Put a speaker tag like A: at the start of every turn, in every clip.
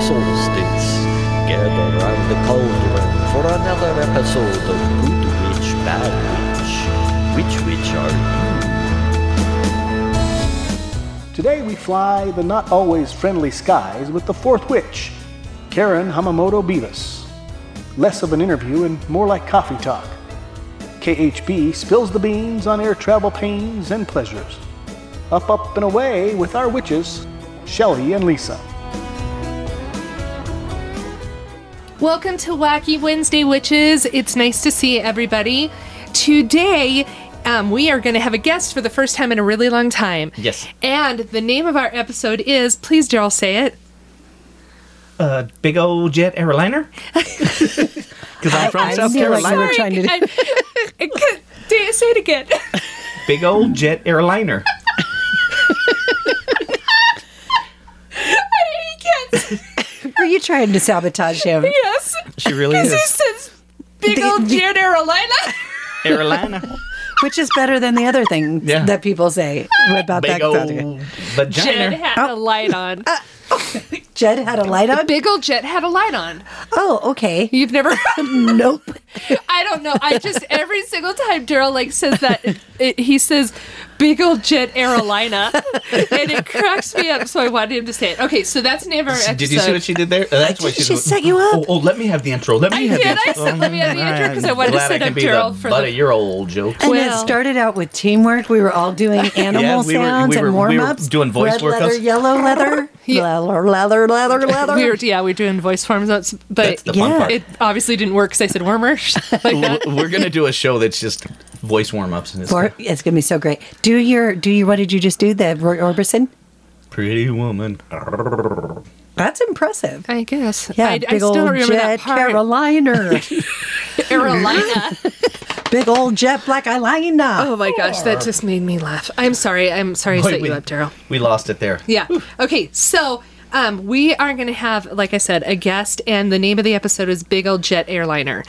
A: solstice, gather round the cauldron for another episode of Good Witch, Bad Witch. Which witch are
B: Today we fly the not always friendly skies with the fourth witch, Karen Hamamoto Beavis. Less of an interview and more like coffee talk. KHB spills the beans on air travel pains and pleasures. Up, up, and away with our witches, Shelley and Lisa.
C: Welcome to Wacky Wednesday, witches. It's nice to see everybody. Today, um, we are going to have a guest for the first time in a really long time.
D: Yes.
C: And the name of our episode is, please, Daryl, say it.
D: a big old jet airliner because I'm from
E: I
D: South
E: feel like
D: Carolina.
E: you were trying to do.
C: I, I could- Dave, say it again.
D: Big old jet airliner.
C: I can't say
E: Were you trying to sabotage him?
C: yes.
D: She really
C: Because it
D: is
C: says big
E: The-
C: old
E: the-
C: Jared Carolina.
D: airliner.
E: Which is better than the other thing
D: Yeah.
E: that people say about
D: Big
E: that.
D: old
C: Jed
D: vagina.
C: had a light on.
E: Jed had a light on.
C: Big old Jet had a light on.
E: Oh, okay.
C: You've never
E: Nope.
C: I don't know. I just every single time Daryl like says that it, it, he says big old jet aerolina, and it cracks me up. So I wanted him to say it. Okay, so that's the name of our episode.
D: Did you see what she did there? Uh, that's what she,
E: She
D: did.
E: set you up.
D: Oh, oh, let me have the intro. Let me
C: I
D: have
C: did.
D: the
C: I
D: intro. Oh,
C: said let me have the intro because I wanted to
D: Glad I
C: set
D: can
C: up
D: be
C: Daryl
D: the
C: for
D: butt
C: the.
D: of your old joke.
E: And it
C: Well-
E: started out with teamwork. We were all doing animal
D: we were-
E: sounds
D: we were-
E: and
D: we were
E: warm ups.
D: doing voice
E: Red
D: workouts.
E: leather, yellow leather,
C: Yeah.
E: leather, leather, leather, leather.
C: We were, yeah, we were doing voice forms, that's- but
D: That's the fun
E: Yeah.
D: part.
C: it obviously didn't work because I said warmer. like
D: W-
C: that.
D: we're gonna do a show that's just voice warm ups and it's
E: For- it's gonna be so great. Do your do your what did you just do? The Roy Orbison.
D: pretty woman.
E: That's impressive.
C: I guess.
E: Yeah,
C: I,
E: big
C: I still
E: old
C: don't remember
E: Jed
C: that part.
E: Carolina.
C: Carolina.
E: big old Jet Black Eyeliner.
C: Oh my gosh, that just made me laugh. I'm sorry. I'm sorry I
D: Boy,
C: set
D: we-
C: you up, Daryl.
D: We lost it there.
C: Yeah. Okay. So um, we are going to have, like I said, a guest, and the name of the episode is Big Old Jet Airliner.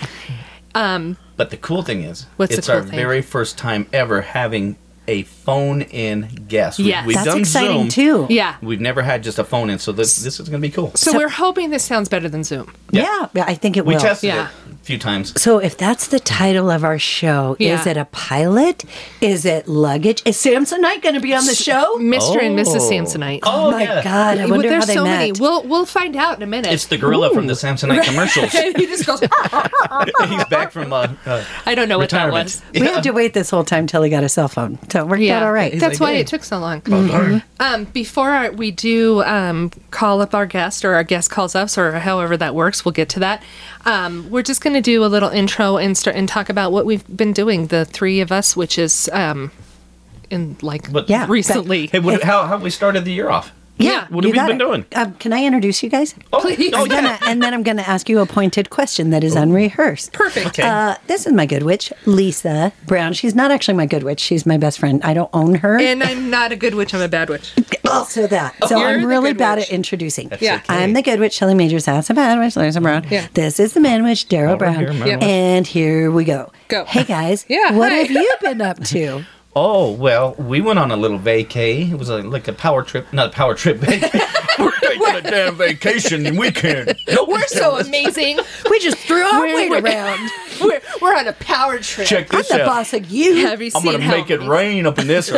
D: But the cool thing is,
C: What's the
D: it's
C: cool
D: our
C: thing?
D: very first time ever having a phone in guest. We-
C: Yes.
D: we've
E: That's
D: done Zoom.
E: exciting too.
C: Yeah.
D: We've never had just a phone in, so this this is going to be cool.
C: So, we're hoping this sounds better than Zoom.
E: Yeah, I think it
D: We
E: will.
D: tested
C: yeah.
D: it a few times.
E: so if that's the title of our show,
C: Yeah.
E: is it a pilot? Is it luggage? Is Samsonite going to be on the show?
C: Mr. and Mrs.
D: Oh.
C: Samsonite.
D: Oh,
E: my
D: yeah.
E: God, I
C: Well,
E: wonder
C: There's
E: how they
C: so
E: met.
C: many. We'll we'll find out in a minute.
D: It's the gorilla from the Samsonite commercials.
C: and he just goes.
D: He's back from uh, uh,
C: I don't know what that
D: retirement.
C: was.
E: We had to wait this whole time till he got a cell phone, so it worked out all right. Mm-hmm.
C: That's
D: like,
C: why
D: "Hey."
C: it took so long.
D: Oh,
C: Um, before our, we do um, call up our guest, or our guest calls us, or however that works, we'll get to that. Um, we're just going to do a little intro and start and talk about what we've been doing, the three of us, which is um, in like
D: But-
E: Yeah.
C: recently.
D: Hey, what, how how we started the year off?
C: yeah.
D: What have
E: You
D: we
E: got
D: been
E: it.
D: doing?
E: Um, can I introduce you guys?
D: Oh,
C: Please.
D: oh
E: I'm gonna-
D: yeah. Oh.
E: and then I'm going to ask you a pointed question that is unrehearsed.
C: Perfect.
D: Okay.
E: Uh, this is my good witch, Lisa Brown. She's not actually my good witch. She's my best friend. I don't own her.
C: And I'm not a good witch, I'm a bad witch.
E: also that. So
C: You're
E: I'm
C: the
E: really
C: good
E: bad
C: witch.
E: at introducing.
C: Yeah. okay.
E: I'm the good witch, Shelley Majors. That's the bad witch, Lisa Brown.
C: Yeah.
E: This is the man witch, Daryl Brown.
D: here, man Yeah. witch.
E: And here we go.
C: Go.
E: Hey guys.
C: Yeah,
E: What
C: hi.
E: have you been up to?
D: Oh well, we went on a little vacay. It was a, like a power trip, not a power trip. Vacay. We're taking a damn vacation and weekend. No,
C: We're so amazing.
E: We just threw our
C: We're-
E: weight
C: we're-
E: Oh, around.
C: We're, we're on a power trip.
D: check
E: I'm
D: this
E: the
D: out.
E: boss of you.
C: Have you
D: I'm
C: seen
D: gonna
C: how
D: make it rain up in this.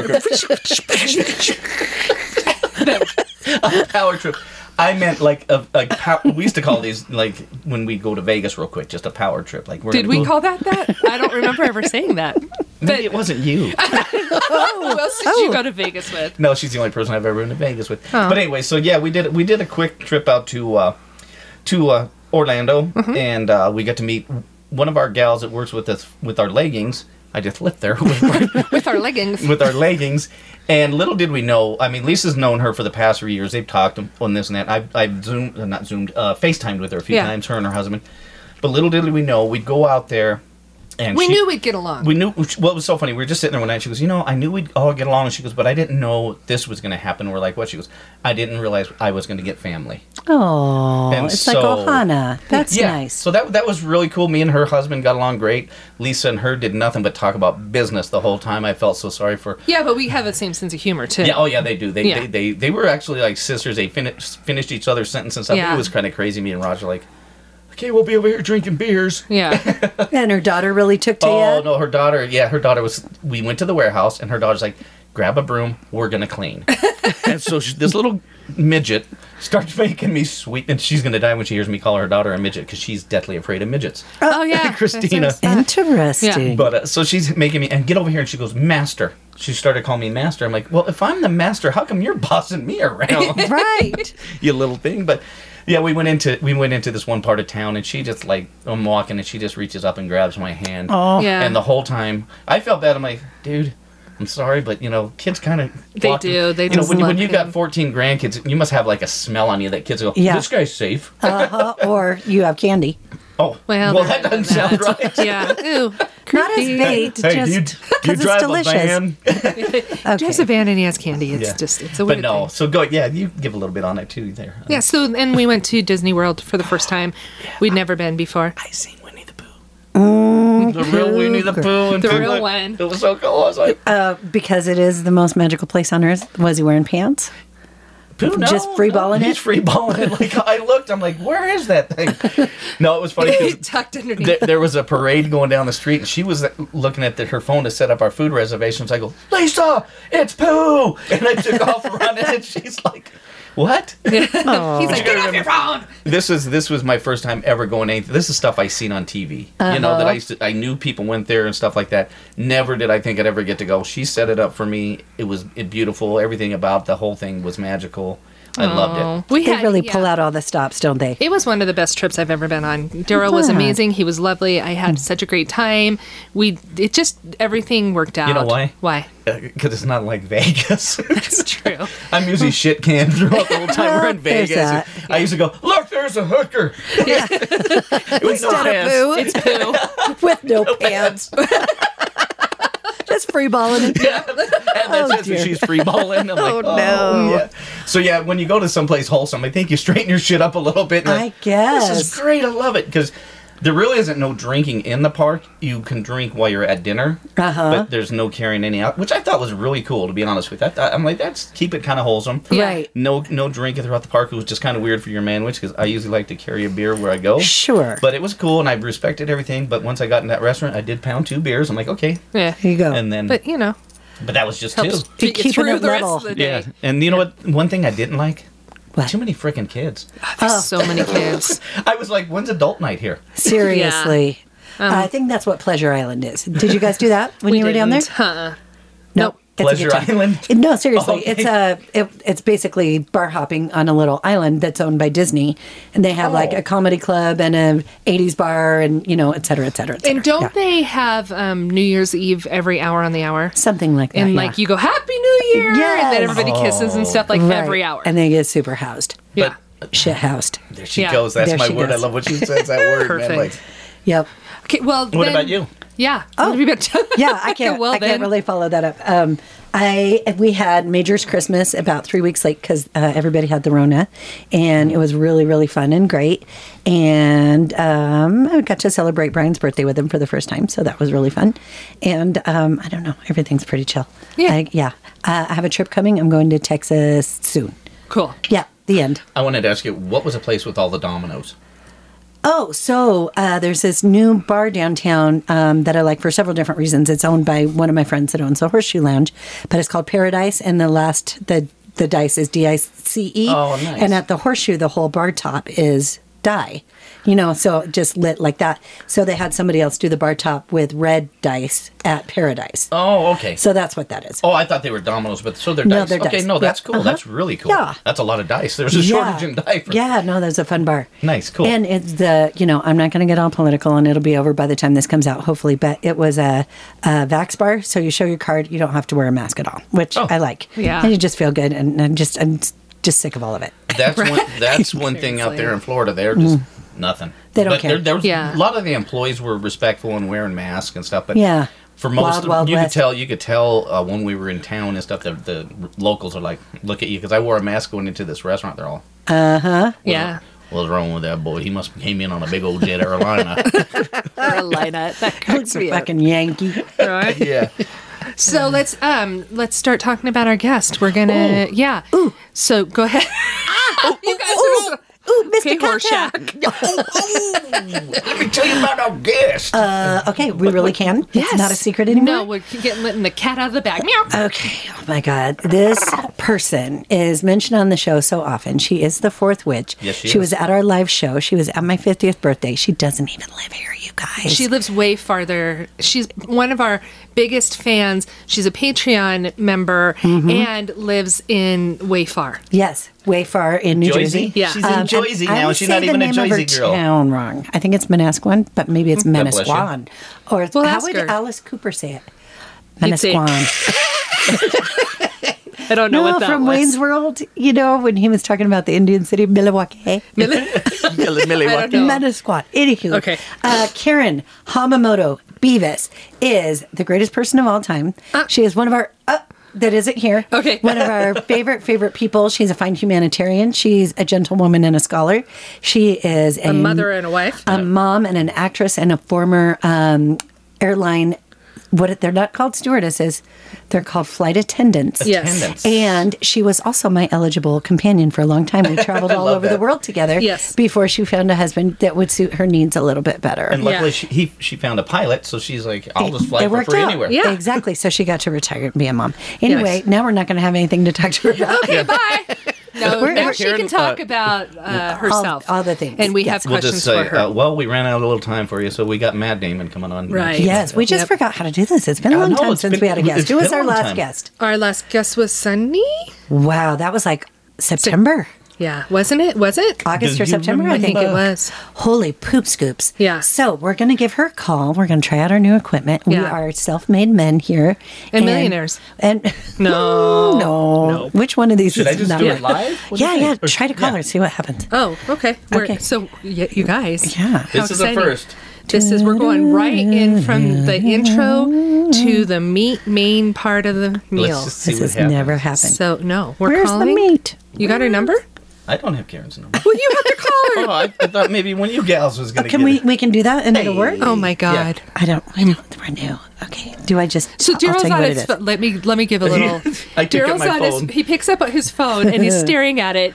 D: power trip. I meant like a, a pow- we used to call these like when we go to Vegas real quick, just a power trip. Like we're
C: Did
D: gonna
C: we
D: go-
C: call that that? I don't remember ever saying that.
D: Maybe it wasn't you.
C: Who Oh, else did you go to Vegas with?
D: no, she's the only person I've ever been to Vegas with. But anyway, so yeah, we did we did a quick trip out to uh, to uh, Orlando,
C: Mm-hmm.
D: and uh, we got to meet one of our gals that works with us with our leggings. I just flipped there.
C: With our leggings.
D: with our leggings. And little did we know, I mean, Lisa's known her for the past three years. They've talked on this and that. I've, I've zoomed, uh, not zoomed, uh, FaceTimed with her a few
C: Yeah.
D: times, her and her husband. But little did we know, we'd go out there And
C: We
D: she-
C: knew we'd get along.
D: we knew what was so funny. We were just sitting there one night. She goes, "You know, I knew we'd all get along." She goes, "But I didn't know this was going to happen." We're like, "What?" She goes, "I didn't realize I was going to get family."
E: Oh,
D: And
E: it's
D: so-
E: like Ohana. That's
D: yeah.
E: nice.
D: So that that was really cool. Me and her husband got along great. Lisa and her did nothing but talk about business the whole time. I felt so sorry for.
C: yeah, but we have the same sense of humor too.
D: Yeah, oh yeah, they do. They
C: Yeah.
D: they, they, they were actually like sisters. They finished finished each other's sentences. I
C: Yeah.
D: It was kind of crazy. Me and Roger like, okay, we'll be over here drinking beers.
C: yeah.
E: and her daughter really took to
D: Oh
E: you.
D: no, her daughter. Yeah, her daughter was. We went to the warehouse, and her daughter's like, "Grab a broom, we're gonna clean." and so she, this little midget starts making me sweep, and she's gonna die when she hears me call her daughter a midget because she's deathly afraid of midgets.
C: Oh yeah,
D: Christina.
C: That's- that's-
E: Ah. Interesting.
D: But uh, so she's making me and get over here, and she goes, "Master." She started calling me master. I'm like, "Well, if I'm the master, how come you're bossing me around?"
E: Right.
D: you little thing. But yeah, we went into we went into this one part of town, and she just like I'm walking, and she just reaches up and grabs my hand.
E: Oh,
C: Yeah.
D: And the whole time, I felt bad. I'm like, dude, I'm sorry, but you know, kids kind of
C: They do. They
D: you
C: just
D: know when, you- when
C: love
D: you've got
C: him.
D: 14 grandkids, you must have like a smell on you that kids go,
E: Yeah.
D: this guy's safe.
E: uh-huh. or you have candy.
D: oh,
C: Well,
D: well,
C: they're
D: that doesn't
C: not
D: sound right.
C: yeah. Ooh,
E: Not as
C: creepy.
E: bait, just because it's delicious. Okay.
C: Drives a van and he has candy. It's
D: Yeah.
C: just it's a
D: but
C: weird
D: no,
C: thing.
D: so go. Yeah, you give a little bit on it too there.
C: Yeah. So and we went to Disney World for the first time. We'd never been before.
D: I seen Winnie the Pooh.
E: Mm,
D: the real Winnie the Pooh. And
C: The
D: Pooh
C: real
D: Look.
C: one.
D: It was so cool. I was like,
E: Uh, because it is the most magical place on earth. Was he wearing pants?
D: Pooh, no,
E: Just free balling
D: no,
E: it?
D: He's free balling it. Like I looked, I'm like, where is that thing? no, it was funny. 'cause
C: Tucked underneath.
D: there, there was a parade going down the street, and she was looking at the, her phone to set up our food reservations. I go, Lisa, it's Pooh, and I took off running, and she's like, "What?"
C: He's like, get off your phone.
D: This was this was my first time ever going. Anything. This is stuff I seen on TV. You know
E: Uh-huh.
D: that I used to, I knew people went there and stuff like that. Never did I think I'd ever get to go. She set it up for me. It was it beautiful. Everything about the whole thing was magical. I
C: Oh,
D: loved it.
C: we
E: They
C: had,
E: really
C: yeah.
E: pull out all the stops, don't they?
C: It was one of the best trips I've ever been on. Daryl was
E: Yeah.
C: amazing. He was lovely. I
D: Mm.
C: had such a great time. We it just everything worked out.
D: know why?
C: Why?
D: Because Uh, it's not like Vegas.
C: It's true.
D: I'm usually shit canned throughout the whole time we're in
E: Well, there's
D: Vegas.
E: that.
D: I used to go, look, there's a hooker. With no
E: Instead
D: pants.
E: of
C: It's poo.
E: poo with no pants. Just free balling it.
D: Yeah. And that's
E: Oh,
D: it.
E: dear.
D: She's free balling. I'm like,
E: Oh,
D: oh,
E: no.
D: Yeah. So, yeah, when you go to someplace wholesome, I think you straighten your shit up a little bit. And
E: I
D: like, This
E: guess.
D: is great. I love it. Because there really isn't no drinking in the park. You can drink while you're at dinner,
E: Uh-huh.
D: but there's no carrying any out, which I thought was really cool, to be honest with you. I thought, I'm like, that's keep it kind of wholesome.
C: Yeah.
E: Right.
D: No, no drinking throughout the park. It was just kind of weird for your man, which because I usually like to carry a beer where I go.
E: Sure.
D: But it was cool, and I respected everything. But once I got in that restaurant, I did pound two beers. I'm like, okay.
C: Yeah.
E: Here you go.
D: And then, but,
C: But you know,
D: that was just
C: helps
D: two.
C: get you
E: Keeping
C: through
E: it
C: the
E: level.
C: rest of the
D: Yeah.
C: day.
D: And you know what? One thing I didn't like.
E: What?
D: Too many freaking kids.
C: There's so many kids.
D: I was like, when's adult night here?
E: Seriously.
C: Uh,
E: I think that's what Pleasure Island is. Did you guys do that when you were down there?
C: didn't. Huh.
E: No. It's a
D: Pleasure
E: good time.
D: Island.
E: It- No, seriously,
D: Okay.
E: it's a it, it's basically bar hopping on a little island that's owned by Disney, and they have like
D: Oh.
E: a comedy club and a '80s bar, and you know, et cetera, et cetera, et cetera.
C: And don't
E: Yeah.
C: they have um, New Year's Eve every hour on the hour?
E: something like that?
C: And
E: yeah.
C: like you go, Happy New Year! And then
E: Yes.
C: everybody kisses and stuff like
E: Right.
C: every hour.
E: and they get super housed,
C: yeah.
E: shit housed.
D: There she
C: Yeah.
D: goes. That's
E: There
D: my
E: she
D: word.
E: goes.
D: I love what she says. That word,
C: Perfect.
D: man. Like,
E: Yep.
C: okay, well,
D: what
C: then-
D: about you?
C: Yeah. Oh,
E: Yeah, I can't.
C: well,
E: I
C: then.
E: can't really follow that up. Um, I we had Major's Christmas about three weeks late because uh, everybody had the Rona, and it was really really fun and great. And um, I got to celebrate Brian's birthday with him for the first time, so that was really fun. And um, I don't know, everything's pretty chill.
C: Yeah.
E: I, yeah. Uh, I have a trip coming. I'm going to Texas soon.
C: Cool.
E: Yeah, the end.
D: I wanted to ask you, what was a place with all the dominoes?
E: Oh, so uh, there's this new bar downtown um, that I like for several different reasons. It's owned by one of my friends that owns the Horseshoe Lounge, but it's called Paradise, and the last the the dice is D I C E.
D: Oh, nice.
E: And at the Horseshoe, the whole bar top is die, you know, so just lit like that. So they had somebody else do the bar top with red dice at Paradise.
D: Oh, okay.
E: So that's what that is.
D: oh, I thought they were dominoes, but so they're
E: No,
D: dice.
E: they're
D: okay,
E: dice.
D: no,
E: Yeah, Uh-huh.
D: that's cool. That's really cool.
E: Yeah.
D: That's a lot of dice. There's a shortage in dice.
E: Yeah, no, there's a fun bar.
D: Nice, cool.
E: And it's the you know I'm not going to get all political, and it'll be over by the time this comes out, hopefully. But it was a, a Vax bar, so you show your card, you don't have to wear a mask at all, which
D: Oh.
E: I like.
C: Yeah.
E: and you just feel good, and I'm just I'm just sick of all of it.
D: That's one. That's one thing out there in Florida. They're just nothing.
E: They don't
D: But
E: care.
D: There, there was
C: Yeah.
D: a lot of the employees were respectful and wearing masks and stuff. But
E: Yeah.
D: for most,
E: Wild,
D: of,
E: Wild
D: you
E: West.
D: could tell you could tell uh, when we were in town and stuff. The, the locals are like, look at you because I wore a mask going into this restaurant. They're all.
C: Yeah.
D: What's wrong with that boy? He must came in on a big old jet airliner.
C: Carolina. That cracks me up.
E: fucking Yankee.
C: Right?
D: yeah.
C: So let's um let's start talking about our guest. We're gonna yeah. So go ahead. you guys are so-
E: Ah! Ooh,
C: Okay,
E: Mr. Cocktail.
C: Horshack.
D: Let me tell you about our guest.
E: Uh, okay, we really can. It's not a secret anymore.
C: No, we're getting letting the cat out of the bag. Meow.
E: Okay. Oh my God. This person is mentioned on the show so often. She is the fourth witch.
D: Yes, she
E: she
D: is.
E: was at our live show. She was at my 50th birthday. She doesn't even live here, you guys.
C: She lives way farther. She's one of our biggest fans. She's a Patreon member
E: Mm-hmm.
C: and lives in way far.
E: yes, way far in New Jersey.
C: Yeah.
D: She's
E: Um,
D: in
E: and
D: Jersey
E: I
D: now.
E: always
D: She's
E: say
D: not
E: the
D: even a
E: name of
D: Jersey
E: her
D: girl. Hmm,
E: Town wrong. I think it's Manasquan, but maybe it's
D: bless you.
E: Manasquan. Or it's-
C: Well,
E: how
C: ask
E: would
C: her.
E: Alice Cooper say it?
C: You'd say-
E: Manasquan.
C: I don't know
E: No,
C: what that
E: from
C: was.
E: Wayne's World. You know when he was talking about the Indian city of Milwaukee.
D: Millie, Millie,
C: I
D: what-
C: don't know.
E: Meta Squad. Anywho.
C: Okay.
E: Uh, Karen Hamamoto Beavis is the greatest person of all time. she is one of our. Uh, that isn't here.
C: Okay.
E: One of our favorite, favorite people. She's a fine humanitarian. She's a gentlewoman and a scholar. She is a,
C: a mother and a wife.
E: a mom and an actress and a former um, airline. What they're not called stewardesses, they're called flight attendants.
C: Yes.
D: Attendance.
E: And she was also my eligible companion for a long time. We traveled all
D: love
E: over the
D: that.
E: world together
C: Yes.
E: before she found a husband that would suit her needs a little bit better.
D: And luckily,
C: Yeah.
D: she, he, she found a pilot, so she's like, I'll just fly
E: It
D: for
E: worked
D: free
E: out.
D: anywhere.
C: Yeah.
E: Exactly. So she got to retire and be a mom. Anyway,
D: Nice.
E: now we're not going to have anything to talk to her about.
C: Okay, bye. No,
E: We're-
C: now
E: we're-
C: she can
D: Karen,
C: talk
D: uh,
C: about uh, herself,
E: all the things.
C: and we
E: Yes.
C: have
D: We'll just
C: questions
D: say,
C: for her.
D: uh, well, we ran out of a little time for you, so we got Matt Damon coming on.
C: Right.
E: Yes, we just
C: Yep.
E: forgot how to do this. It's been a
D: I
E: long
D: know,
E: time
D: it's
E: since
D: been-
E: we had a guest.
D: it's
E: Who was
D: been a
E: our
D: long
E: last
D: time.
E: guest?
C: Our last guest was Sunny.
E: Wow, that was like September,
C: Yeah, wasn't it? Was it?
E: August
D: Do
E: or
D: you
E: September, I
D: remember?
C: I
E: think
C: think it was.
E: Holy poop scoops.
C: Yeah.
E: So we're going to give her a call. We're going to try out our new equipment. We
C: Yeah.
E: are self made men here.
C: And millionaires.
E: And
C: No.
E: no.
D: No.
E: Which one of these
D: Should
E: is
D: I just
E: not
D: do
E: right?
D: it live? What do you
E: Yeah, yeah.
D: think? Or-
E: Try to call
D: yeah.
E: her, see what happens.
C: Oh, okay. We're,
E: Okay.
C: So, y- you guys.
E: Yeah.
C: how
D: This is the
C: exciting.
D: first.
C: This is, we're going right in from the intro to the meat main part of the meal.
D: Let's just see
E: This
D: what
E: has
D: happens.
E: never happened.
C: So, no, we're
E: Where's
C: calling.
E: the meat?
C: You got her number?
D: I don't have Karen's number.
C: Well, you have to call her.
D: oh, I, I thought maybe one of you gals was going to
E: Can
D: get
E: we,
D: it.
E: we can do that and it'll work?
C: Oh, my God.
E: I don't, I don't, we're new. Okay. Do I just,
C: So
E: I'll- I'll
C: Daryl's
E: tell you
C: on
E: what it
C: his
E: is.
C: pho- let me let me give a little.
D: I took out
C: Daryl's
D: my
C: on his.
D: phone.
C: He picks up his phone and he's staring at it.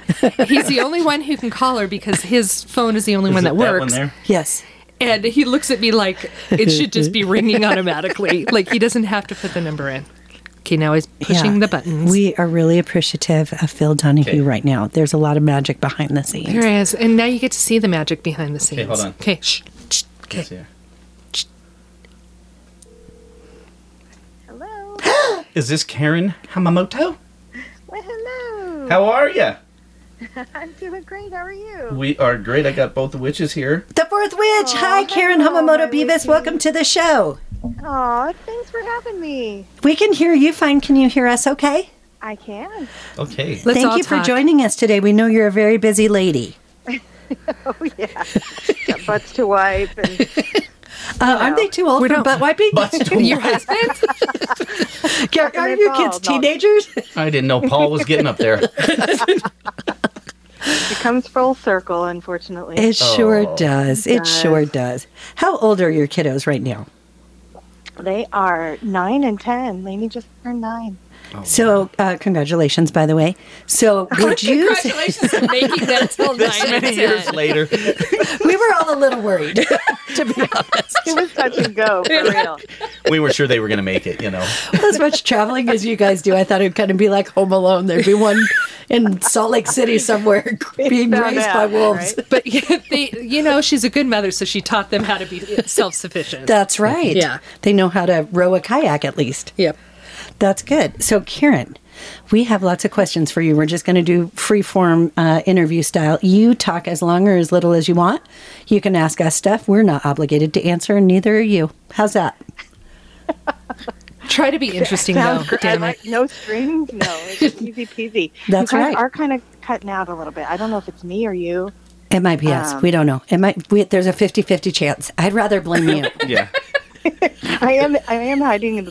C: He's the only one who can call her because his phone is the only one
D: Is
C: that
D: it
C: works.
D: one there?
E: Yes.
C: And he looks at me like it should just be ringing automatically. Like he doesn't have to put the number in. Okay, now he's pushing
E: Yeah.
C: the buttons.
E: We are really appreciative of Phil Donahue
D: Okay.
E: right now. There's a lot of magic behind the scenes.
C: Here he is. And now you get to see the magic behind the scenes.
D: hold on.
C: Okay, shh. shh,
D: It's
C: Okay.
D: here. Is this Karen Hamamoto?
F: Well, hello.
D: How are you?
F: I'm doing great. How are you?
D: We are great. I got both the witches here.
E: The Fourth Witch. Hi, Karen
F: Oh, hello,
E: Hamamoto
F: my
E: Beavis.
F: witches.
E: Welcome to the show.
F: Aw, thanks for having me.
E: We can hear you fine. Can you hear us okay?
F: I can.
D: Okay.
C: Let's
E: Thank
C: all
E: you
C: talk.
E: for joining us today. We know you're a very busy lady.
F: Oh yeah. Got butts to wipe and
E: Uh, Aren't they too old
C: We
E: for
C: don't-
E: butt wiping?
C: Your husband?
E: are are your kids
F: involved, no.
E: teenagers?
D: I didn't know Paul was getting up there.
F: it comes full circle, unfortunately.
E: It sure
D: Oh.
E: does. It sure does. How old are your kiddos right now?
F: they are nine and ten. Lainey just turned nine.
E: So, uh, congratulations, by the way. So, would you? say-
C: Congratulations on making that till
D: This
C: nine
D: many years later.
E: we were all a little worried, to be honest.
F: It was touch and go for real.
D: We were sure they were going to make it, you know.
E: as much traveling as you guys do. I thought it'd kind of be like Home Alone. There'd be one in Salt Lake City somewhere being
F: found
E: raised
F: out,
E: by wolves.
F: right?
C: But yeah, they, you know, she's a good mother, so she taught them how to be self sufficient.
E: That's right.
C: Yeah.
E: They know how to row a kayak at least.
C: Yep.
E: That's good. So, Karen, we have lots of questions for you. We're just going to do free form uh, interview style. You talk as long or as little as you want. You can ask us stuff. We're not obligated to answer, and neither are you. How's that?
C: Try to be interesting, though.
F: Sounds great. I
C: Damn it.
F: like- no strings, no. It's just easy peasy.
E: That's
F: you guys
E: right.
F: are kind of cutting out a little bit. I don't know if it's me or you.
E: It might be
F: Um,
E: us. We don't know. It might. We, there's a 50-50 chance. I'd rather blame you.
D: Yeah.
F: I am I am hiding in the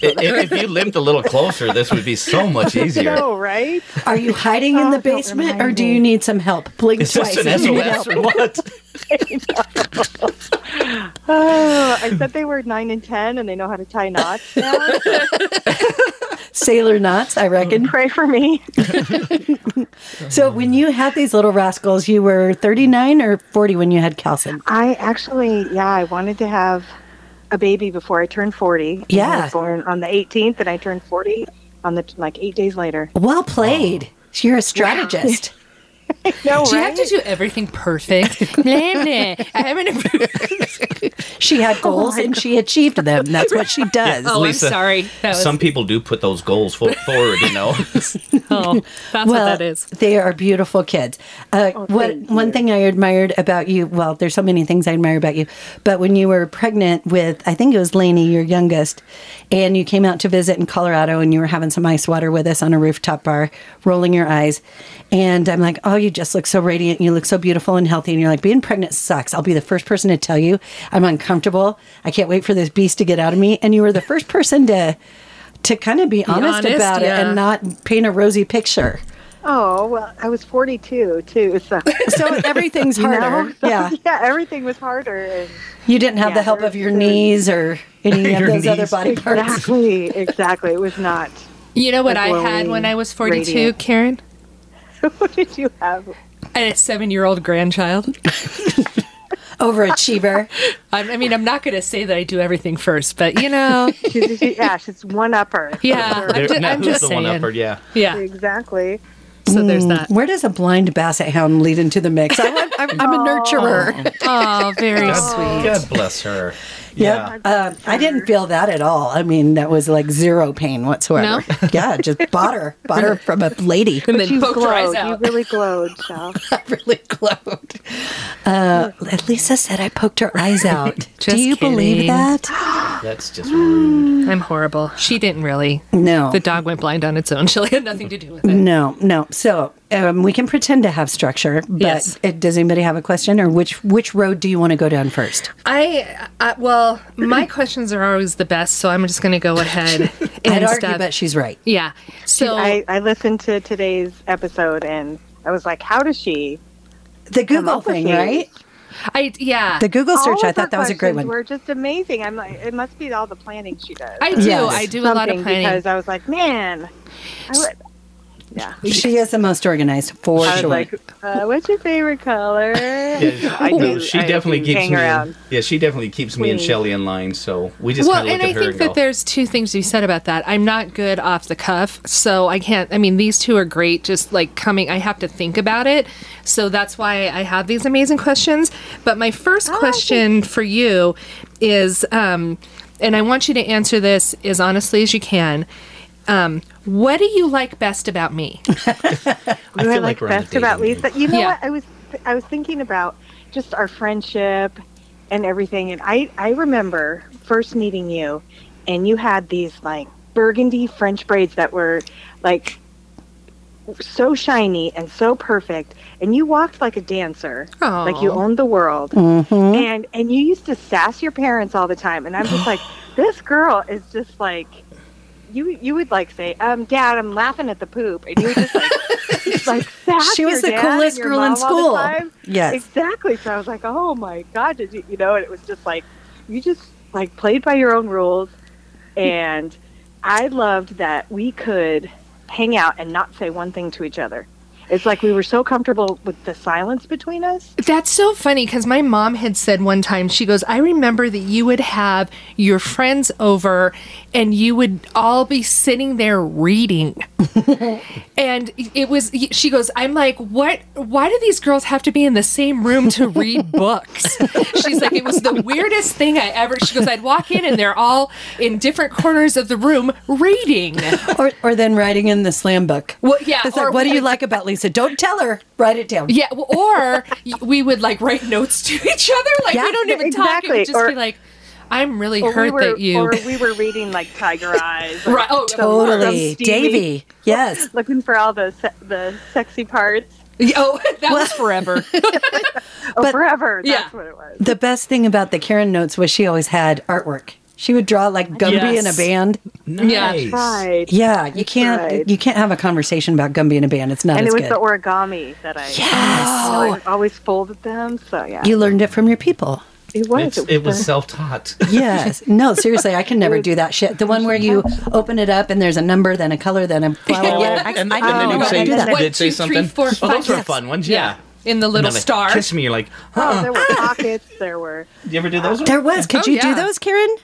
F: So
D: I- if, if you lived a little closer, this would be so much easier.
F: no, right?
E: Are you hiding in the
F: Oh, don't
E: basement,
F: remind
E: or do
F: me.
E: you need some help? Blink
D: Is
E: twice.
D: this
E: if you need
D: an SOS
E: help.
D: or what?
F: Oh, I said they were nine and ten, and they know how to tie knots now.
E: Sailor knots, I reckon.
F: Pray for me.
E: so when you had these little rascals, you were 39 or 40 when you had Calson.
F: I actually, yeah, I wanted to have a baby before I turned forty. And I
E: Yeah.
F: was born on the 18th, and I turned forty on the like eight days later.
E: Well played. You're a strategist.
F: No,
C: Do you have
F: right?
C: to do everything perfect? Nah, nah. I'm an
E: She had goals and she achieved them. That's what she does.
C: Oh,
D: Lisa,
C: I'm sorry. That was,
D: Some people do put those goals fo- forward, you know.
C: oh, that's
E: well,
C: what that is.
E: They are beautiful kids. Uh, what
F: Oh, thank
E: one
F: you.
E: thing I admired about you? Well, there's so many things I admire about you, but when you were pregnant with, I think it was Lainey, your youngest, and you came out to visit in Colorado, and you were having some ice water with us on a rooftop bar, rolling your eyes, and I'm like, oh, you just look so radiant, you look so beautiful and healthy, and you're like, being pregnant sucks. I'll be the first person to tell you I'm uncomfortable. I can't wait for this beast to get out of me, and you were the first person to. To kind of be honest,
C: honest,
E: about it
C: yeah.
E: and not paint a rosy picture.
F: Oh well, I was forty-two too, so
E: So everything's harder.
F: So,
E: Yeah.
F: yeah, everything was harder. And
E: You didn't have
F: Yeah,
E: the help
F: there-
E: of your knees or any of
D: Your
E: those other
D: knees.
E: body parts.
F: exactly, exactly. It was not.
C: You know what I
F: Like
C: had
F: glowing
C: when I was 42,
F: radiant.
C: Karen?
F: what did you have?
C: And a seven year old grandchild.
E: Overachiever.
C: I'm, I mean, I'm not going to say that I do everything first, but you know,
F: She- she- yeah, she's one upper.
C: yeah. I'm,
D: They're-
C: ju-
D: now,
C: I'm
D: who's
C: just
D: the
C: saying.
D: one upper? Yeah.
C: Yeah.
F: Exactly.
C: So there's that.
E: Where does a blind basset hound lead into the mix? I, want- I'm, I'm a nurturer.
C: Oh, very sweet.
D: God bless her. Yeah.
E: Yep. Uh, I didn't feel that at all. I mean, that was like zero pain whatsoever. Yeah, just bought her. Bought her from a lady.
C: And then
F: You
C: poked her eyes
F: glowed. You
C: out.
F: really glowed, Shell.
E: really glowed. Uh, Lisa said I poked her eyes out.
C: Just
E: Do you believe
C: kidding.
E: that?
D: That's just rude.
C: I'm horrible. She didn't really.
E: No.
C: The dog went blind on its own. She had nothing to do with it.
E: No, no. So um, we can pretend to have structure, but
C: Yes.
E: uh, does anybody have a question, or which which road do you want to go down first?
C: I, uh, well, my questions are always the best, so I'm just going to go ahead
E: I'd
C: and
E: argue,
C: stuff.
E: but she's right.
C: yeah. So
F: I, I listened to today's episode and I was like, how does she?
E: The Google
F: up with
E: thing,
F: these.
E: right?
C: I, yeah.
E: The Google search.
F: All
E: I
F: of her
E: thought that was a great
F: questions
E: one.
F: Were just amazing. I'm like, it must be all the planning she does.
C: I do.
E: Yes.
C: I do a lot
F: Something
C: of planning.
F: because I was like, man, I would, yeah.
E: She is the most organized for
F: I was
E: sure.
F: like, uh, what's your favorite color?
D: Yeah,
F: I
D: no,
F: do-
D: she
F: I
D: definitely
F: do
D: keeps
F: hang
D: me.
F: around.
D: In, yeah, she definitely keeps me and
F: Queen.
D: Shelly in line. So we just kind
C: well,
D: of
C: and
D: look
C: I
D: at her
C: think
D: and
C: that
D: go.
C: there's two things to be said about that. I'm not good off the cuff, so I can't. I mean, these two are great. Just like coming, I have to think about it. So that's why I have these amazing questions. But my first question for you is, um, and I want you to answer this as honestly as you can. Um, what do you like best about me?
D: I
F: I
D: feel
F: like
D: like we're on the
F: best about
D: dating
F: Lisa. You know
C: Yeah.
F: what? I was I was thinking about just our friendship and everything, and I I remember first meeting you, and you had these like burgundy French braids that were like so shiny and so perfect, and you walked like a dancer,
C: Aw.
F: like you owned the world,
D: Mm-hmm.
F: and and you used to sass your parents all the time, and I'm just like, this girl is just like. You, you would like say, um, Dad, I'm laughing at the poop, and you would just like it's like sass
E: She was
F: your
E: the
F: dad
E: coolest
F: and your
E: girl in
F: mom all the
E: school.
F: time.
E: Yes.
F: exactly. So I was like, oh my god, did you? You know, and it was just like you just like played by your own rules, and I loved that we could hang out and not say one thing to each other. It's like we were so comfortable with the silence between us.
C: That's so funny because my mom had said one time, she goes, I remember that you would have your friends over and you would all be sitting there reading. and it was, she goes, I'm like, what? Why do these girls have to be in the same room to read books? She's like, it was the weirdest thing I ever, she goes, I'd walk in and they're all in different corners of the room reading.
E: or, or then writing in the slam book.
C: Well, yeah,
E: It's like,
C: or-
E: what do you like about Lisa? Don't tell her. Write it down.
C: Yeah, well, or y- we would like write notes to each other. Like
E: Yeah,
C: we don't even talk. It
F: exactly,
C: would just
F: or-
C: be like, "I'm really
F: Or
C: hurt
F: we were,
C: that you."
F: or we were reading like Tiger Eyes, like,
C: right, oh,
E: Totally.
F: Stevie.
E: Davy. Yes.
F: looking for all the se- the sexy parts.
C: Yeah, Oh, that was forever.
F: Oh,
E: But-
F: forever. That's
C: Yeah.
F: what it was.
E: The best thing about the Karen notes was she always had artwork. She would draw like Gumby in a
C: Yes.
E: band.
C: Yeah.
D: Nice.
F: Right.
E: Yeah, you can't
F: right.
E: you can't have a conversation about Gumby in a band. It's not
F: and
E: as
F: it was
E: good.
F: the origami that I
E: yes.
F: I always folded them. So yeah,
E: You learned it from your people.
F: it was.
D: It's, it was
F: fun.
D: self-taught.
E: Yes. No, seriously, I can never do that shit. The one where you open it up and there's a number, then a color, then a flower. Yeah, I,
D: and,
E: I
D: and then
E: can
D: you
E: never
D: say,
E: do that.
C: What,
D: did say
C: two, three,
D: something?
C: four,
D: oh,
C: five,
D: those were
C: yes.
D: fun ones. Yeah.
C: In the little
D: And then
C: star.
D: Kiss me. You're like,
F: Oh,
D: huh?
F: there were pockets. There were.
D: you ever do those?
E: There was. Could
C: Oh,
E: you do
C: yeah.
E: those, Karen?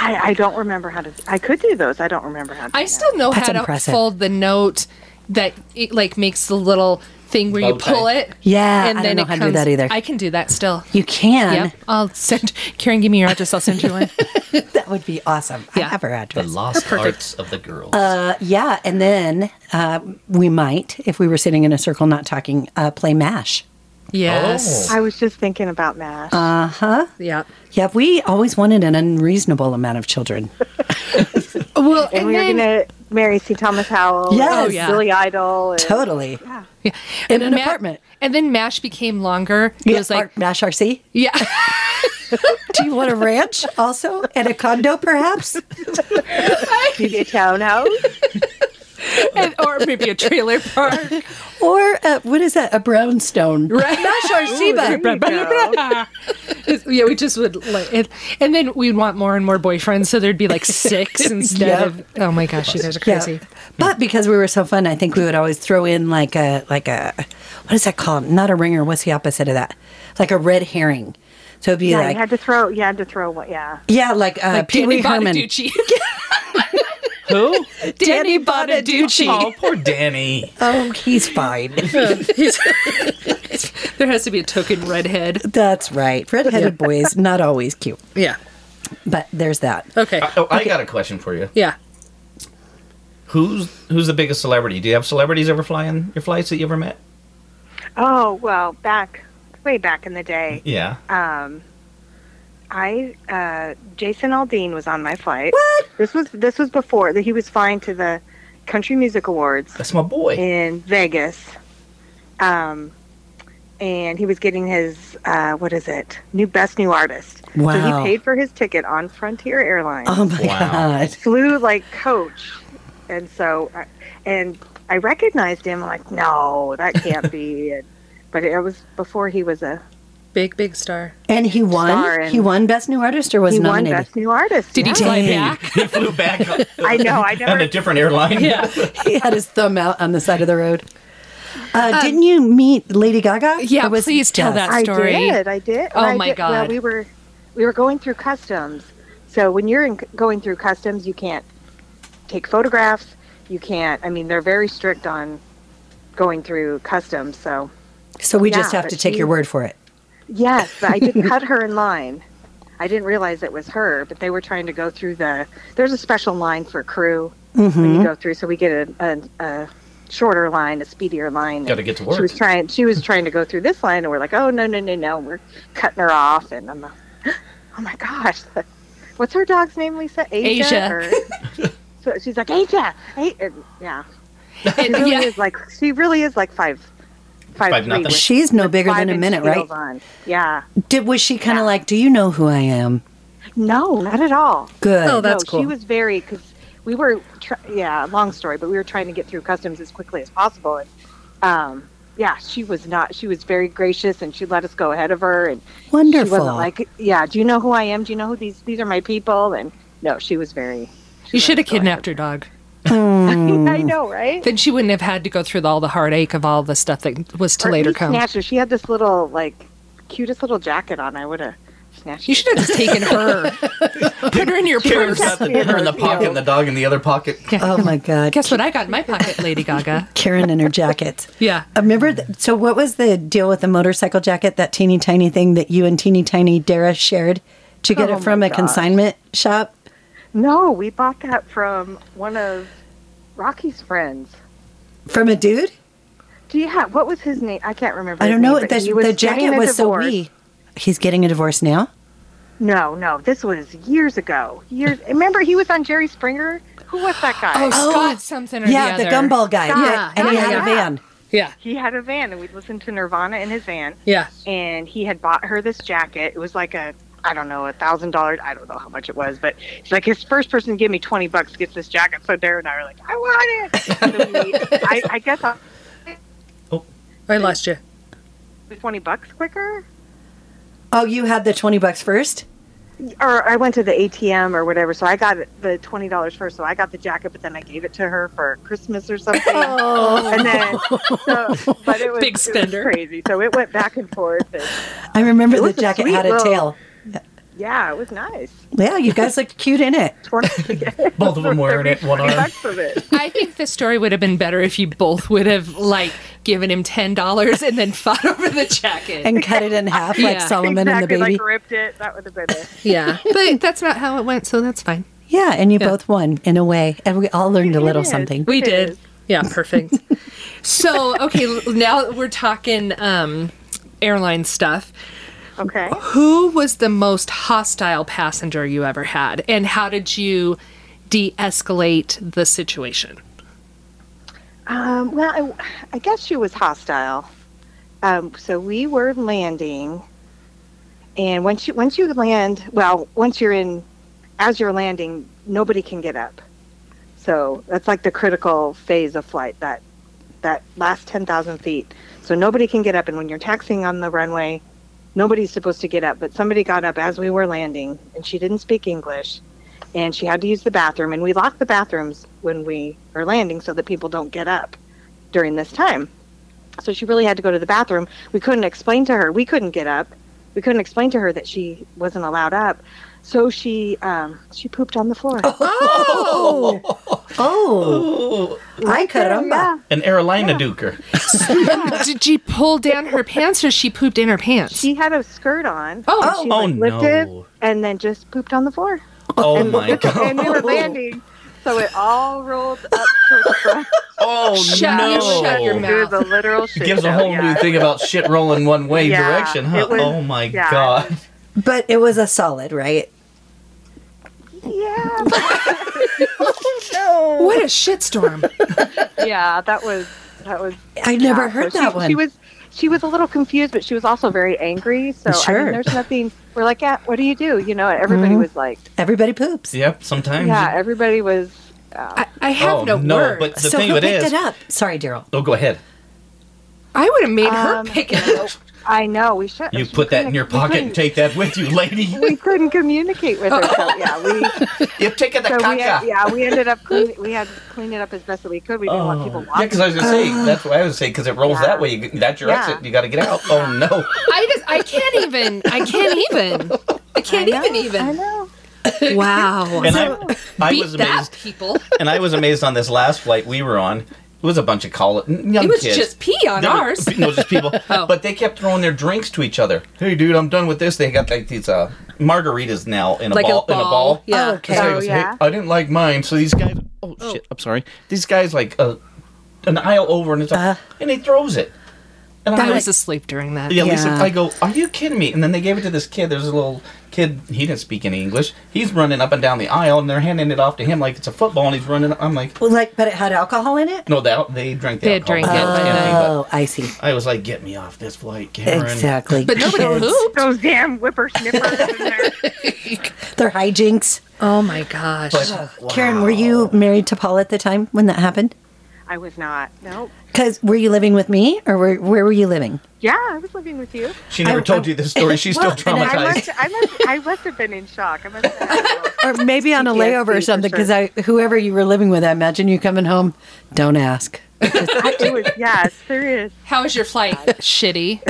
F: I, I don't remember how to. I could do those. I don't remember how. to
C: I
F: do
C: still know
E: That's
C: how to
E: impressive.
C: fold the note that it like makes the little thing where you
D: Bow tie.
C: pull it.
E: Yeah, I don't know how to do that either.
C: I can do that still.
E: You can.
C: Yep. I'll send Karen. Give me your address. I'll send you one.
E: That would be awesome. I
C: Yeah.
E: have her
D: The
E: address.
D: lost arts of the girls.
E: Uh, yeah, and then uh, we might, if we were sitting in a circle not talking, uh, play MASH.
C: Yes.
F: that.
D: Oh.
F: I was just thinking about math.
E: Uh,
C: Yeah.
E: Yeah, we always wanted an unreasonable amount of children.
C: Well,
F: and,
C: and,
F: we were
C: then
F: gonna marry C. Thomas Howell.
E: Yes.
F: and
E: Oh,
C: yeah.
F: Billy Idol. and-
E: Totally.
C: yeah.
E: in an
C: Ma-
E: apartment.
C: And then Mash became longer. It was like
E: Ar- MASH RC.
C: yeah.
E: Do you want a ranch also and a condo perhaps?
F: Maybe a townhouse.
C: And- or maybe a trailer park.
E: Or uh, what is that? A brownstone.
C: Right.
E: MASH RC, but
F: There you go.
C: yeah, we just would like and, and then we'd want more and more boyfriends, so there'd be like six instead
E: Yeah.
C: of Oh my gosh, you guys are
E: Yeah.
C: crazy.
E: But because we were so fun, I think we would always throw in like a like a what is that called? Not a ringer. What's the opposite of that? Like a red herring. So it'd be
F: Yeah,
E: like
F: you had to throw. You had to throw. What? Yeah.
E: yeah, like, uh, Pee Wee
C: Danny
E: Herman.
C: Bonaducci.
D: Who?
E: Danny Bonaducci.
D: Oh, poor Danny.
E: Oh, he's fine.
C: there has to be a token redhead.
E: That's right. Redheaded boys not always cute,
C: Yeah.
E: but there's that.
C: Okay.
D: Oh, I got a question for you.
C: yeah.
D: Who's who's the biggest celebrity? Do you have celebrities ever flying your flights that you ever met?
F: Oh well, back way back in the day,
D: Yeah.
F: Um, I uh, Jason Aldean was on my flight. What? This was this was before that he was flying to the Country Music Awards.
D: That's my boy.
F: in Vegas. Um, and he was getting his uh, what is it? New best new artist. So
E: Wow.
F: he paid for his ticket on Frontier Airlines.
E: Oh my
D: Wow.
E: god.
F: Flew like coach, and so I- and I recognized him. like, no, that can't be. And, but it was before he was a
C: Big big star.
E: And he won.
F: Star and-
E: he won best new artist or was
F: he won
E: nominated.
F: best new artist.
C: Did he
F: yeah.
C: fly
E: Dang.
C: back?
D: He flew back on
F: I know. I
D: on a
F: never.
D: different airline.
C: Yeah.
E: he had his thumb out on the side of the road. Uh, didn't you meet Lady Gaga?
C: yeah,
E: Or
C: please tell that
F: I
C: story.
F: did. I did.
C: Oh,
F: I
C: my
F: did- Well,
C: God.
F: we were we were going through customs. So when you're in, going through customs, you can't take photographs. You can't. I mean, they're very strict on going through customs. So
E: So we
F: Yeah,
E: just have
F: but
E: to take
F: she-
E: your word for it.
F: yes, but I did cut her in line. I didn't realize it was her, but they were trying to go through the. There's a special line for crew when
C: Mm-hmm.
F: you go through, so we get a, a, a shorter line, a speedier line.
D: Gotta get to
F: She was
D: work.
F: trying. She was trying to go through this line, and we're like, "Oh no, no, no, no!" We're cutting her off, and I'm like, "Oh my gosh, what's her dog's name, Lisa? Asia."
C: Asia.
F: or- so she's like, "Asia, hey, and, yeah." She
C: And-
F: really
C: yeah.
F: is like. She really is like five, five,
D: Five
F: three
D: nothing.
F: with-
E: She's no
F: with
E: bigger than a
F: five-inch
E: minute, right?
F: heels on. Yeah.
E: Did was she kind of
F: Yeah.
E: like, "Do you know who I am?"
F: No, not at all.
E: Good.
C: Oh, that's
F: no,
C: cool.
F: She was very because we were, tr- yeah, long story, but we were trying to get through customs as quickly as possible, and um, yeah, she was not. She was very gracious, and she let us go ahead of her, and She
E: Wonderful.
F: wasn't like, yeah, do you know who I am? Do you know who these these are my people? And no, she was very. she
C: You should have
F: let us go
C: kidnapped
F: ahead.
C: Mm. her dog.
F: I know, right?
C: Then she wouldn't have had to go through all the heartache of all the stuff that was to
F: Or at
C: later
F: least
C: come.
F: snatch her. She had this little like cutest little jacket on. I would have snatched.
C: You
F: it.
C: should have just taken her, put her in your
D: Karen's got
C: purse.
D: the her in the pocket and the dog in the other pocket.
E: oh my god.
C: Guess what I got in my pocket, Lady Gaga?
E: Karen in her jacket.
C: Yeah.
E: I remember. Th- so what was the deal with the motorcycle jacket? That teeny tiny thing that you and teeny tiny Dara shared? Did you get
F: Oh
E: it from
F: my
E: a
F: gosh.
E: consignment shop?
F: No, we bought that from one of Rocky's friends.
E: From a dude?
F: Do you have what was his name? I can't remember.
E: I
F: his
E: don't know.
F: name, but he
E: The,
F: was
E: the
F: getting
E: jacket
F: a
E: was so
F: divorce.
E: wee. He's getting a divorce now.
F: No, no, this was years ago. Years. Remember, he was on Jerry Springer. Who was that guy?
C: Oh, Scott something or
E: yeah, the,
C: the other.
E: gumball guy.
F: Yeah,
E: and he
F: yeah,
E: had a
F: yeah.
E: van.
C: Yeah.
F: He had a van, and we'd listen to Nirvana in his van.
C: Yeah.
F: and he had bought her this jacket. It was like a I don't know, a thousand dollars. I don't know how much it was, but it's like his first person to give me twenty bucks gets this jacket. So Darren and I were like, I want it. So we, I, I guess I'll
C: I lost you.
F: twenty bucks quicker,
E: Oh, you had the 20 bucks first?
F: or I went to the ATM or whatever. So I got the twenty dollars first. So I got the jacket, but then I gave it to her for Christmas or something.
E: Oh.
F: And then, so, but it was
C: Big
F: it was
C: spender.
F: crazy. So it went back and forth. And,
E: I remember
F: It
E: the
F: was a
E: jacket
F: sweet
E: had a
F: little-
E: tail.
F: yeah, it was nice.
E: Yeah, you guys looked cute in it.
F: Twenty.
D: Both of them wearing it, one arm.
F: bucks of it.
C: I think the story would have been better if you both would have like given him ten dollars and then fought over the jacket.
E: And cut it in half like
C: Yeah.
E: Solomon
F: exactly,
E: and the baby.
F: Like ripped it. That would have been it.
C: yeah, but that's not how it went, so that's fine.
E: yeah, and you both won in a way. And we all learned a little
F: Yes.
E: something.
C: We
F: It
C: did.
F: is.
C: Yeah, perfect. so, okay, l- now we're talking um, airline stuff.
F: Okay.
C: Who was the most hostile passenger you ever had, and how did you de escalate the situation?
F: Um, well, I, I guess she was hostile. Um, so we were landing, and once you once you land, well, once you're in, as you're landing, nobody can get up. So that's like the critical phase of flight. That that last ten thousand feet. So nobody can get up, and when you're taxiing on the runway, nobody's supposed to get up. But somebody got up as we were landing, and she didn't speak English, and she had to use the bathroom. And we lock the bathrooms when we are landing so that people don't get up during this time. So she really had to go to the bathroom. We couldn't explain to her. We couldn't get up. We couldn't explain to her that she wasn't allowed up. So she um, she pooped on the floor.
E: Oh, oh, I caramba.
F: um, yeah.
D: An Carolina duker.
C: Did she pull down her pants, or she pooped in her pants?
F: She had a skirt on.
C: oh,
F: She
D: Oh,
F: like,
D: no.
F: lifted and then just pooped on the floor.
D: Oh
F: and,
D: my god.
F: and we were landing, so it all rolled up towards the front.
D: Oh
C: Shut-
D: no.
C: you shut your mouth.
F: It was a literal shit.
D: Oh. It gives a
F: show,
D: whole
F: yeah.
D: new thing about shit rolling one way
F: Yeah,
D: direction, huh?
F: it was-
D: oh my
F: yeah.
D: god.
E: But it was a solid, right?
F: Yeah,
C: what a shitstorm!
F: but- yeah, that was that was.
E: I never
F: yeah,
E: heard
F: so
E: that
F: she,
E: one.
F: She was she was a little confused, but she was also very angry. So I
E: Sure. Mm-hmm.
F: mean, there's nothing. We're like, yeah, what do you do? You know, everybody was like,
E: Everybody poops.
D: Yep, sometimes.
F: yeah,
D: it-
F: everybody was.
C: I, I have
D: oh,
C: no,
D: no
C: word.
D: but the
E: so
D: thing
E: who
D: of it
E: picked
D: is.
E: it up? Sorry, Daryl.
D: Oh, go ahead.
C: I would have made her
F: Um,
C: pick it up.
F: I know we should.
D: You
F: she
D: put that in
F: couldn't-
D: your
F: we
D: pocket and
F: couldn't-
D: take that with you, lady.
F: We couldn't communicate with her. So yeah, we.
D: You've taken the
F: So we had,
D: caca.
F: yeah, we ended up clean, we had to clean it up as best that we could. We didn't want people
D: Oh, Yeah,
F: watching.
D: because I was gonna say that's what I was saying. Because it rolls
F: Yeah.
D: that way, you, that's your
F: Yeah.
D: exit. You got to get out. Oh no!
C: I just, I can't even. I can't even. I can't even.
F: I
C: Even.
F: know.
C: Wow.
D: And I, I
C: Beat
D: was
C: that,
D: amazed.
C: people.
D: And I was amazed on this last flight we were on. It was a bunch of college young
C: It was
D: kids.
C: just pee on
D: There were-
C: ours.
D: no, just people.
C: Oh.
D: But they kept throwing their drinks to each other. Hey, dude, I'm done with this. They got like these uh, margaritas now in a
C: Like a
D: ball. In a ball.
C: ball, yeah.
E: Oh,
D: This
E: okay.
D: guy
F: Oh,
D: goes, "Hey,
F: yeah?
D: I didn't like mine. So these guys. Oh, shit! I'm sorry. These guys like uh, an aisle over, and it's like, and he throws it. And I'm
C: I
D: like,
C: Uh-huh. was asleep during that.
D: yeah, Lisa,
E: Yeah.
D: I go, are you kidding me? And then they gave it to this kid. There's a little kid. He didn't speak any English. He's running up and down the aisle, and they're handing it off to him like it's a football, and he's running. I'm like,
E: Well, like, but it had alcohol in it.
D: no, that they drank. The
C: They
D: alcohol.
C: drank it,
D: That was
C: but-
D: empty,
E: Oh, I see.
D: but I was like, get me off this flight, Cameron.
E: Exactly.
C: But nobody
E: Kids.
C: pooped.
F: Those damn whippersnippers in there.
E: They're hijinks.
C: Oh my gosh.
D: But,
E: Karen,
D: wow.
E: were you married to Paul at the time when that happened?
F: I was not. No.
E: Because were you living with me, or were, where were you living?
F: Yeah, I was living with you.
D: She never
E: I-
D: told you this story. She's still
E: Well, and
F: I
D: traumatized.
F: must, I must, I must have been in shock. I must have had a little-
E: Or maybe on a
F: PTSD
E: layover or
F: for
E: something? Because
F: sure.
E: I, whoever you were living with, I imagine you coming home. Don't ask.
F: I- it was, yeah, it's serious.
C: How was your flight? Shitty.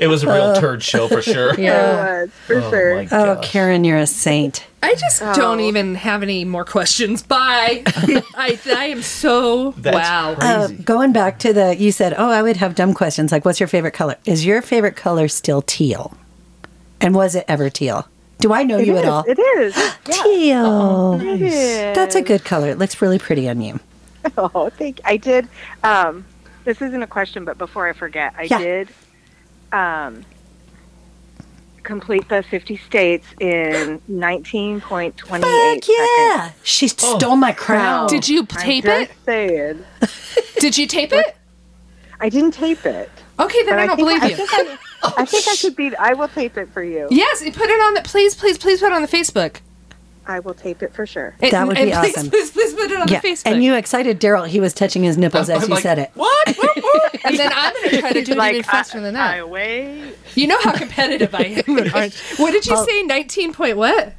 D: It was a real turd show for sure.
F: It was, for
D: Oh,
F: sure.
D: my
E: Uh, Oh,
D: gosh.
E: Karen, you're a saint.
C: I just don't
F: Oh.
C: even have any more questions. Bye. I, I am so
D: That's
C: wow.
D: crazy.
E: Uh, going back to the, you said, oh, I would have dumb questions like, what's your favorite color? Is your favorite color still teal? And was it ever teal? Do I know
F: It
E: you
F: is.
E: at all?
F: It is. Yeah, Oh,
E: teal.
F: it is.
E: That's a good color. It looks really pretty on you.
F: Oh, thank. I did. Um, this isn't a question, but before I forget, I
E: Yeah.
F: did um, complete the 50 states in 19.28
E: Fuck yeah!
F: seconds.
D: Oh.
F: Oh,
E: She stole my crown.
C: Did you tape
F: I'm
C: it?
F: just Saying.
C: Did you tape it?
F: I didn't tape it.
C: Okay, then
F: but
C: I don't
F: think,
C: believe
F: I
C: you.
F: Think I, I think I could beat. I will tape it for you.
C: Yes, put it on the please, please, please put it on the Facebook.
F: I will tape it for sure.
C: And-
E: That would
C: and
E: be
C: please,
E: awesome.
C: Please, please put it on
E: Yeah.
C: the Facebook.
E: And you excited Daryl. He was touching his nipples as
D: I'm
E: you
D: like,
E: said it.
D: What? Whoop, whoop.
C: And then I'm going to try to do it even faster than that.
F: I wait.
C: you know how competitive I am. with art. What did you say? Nineteen point what?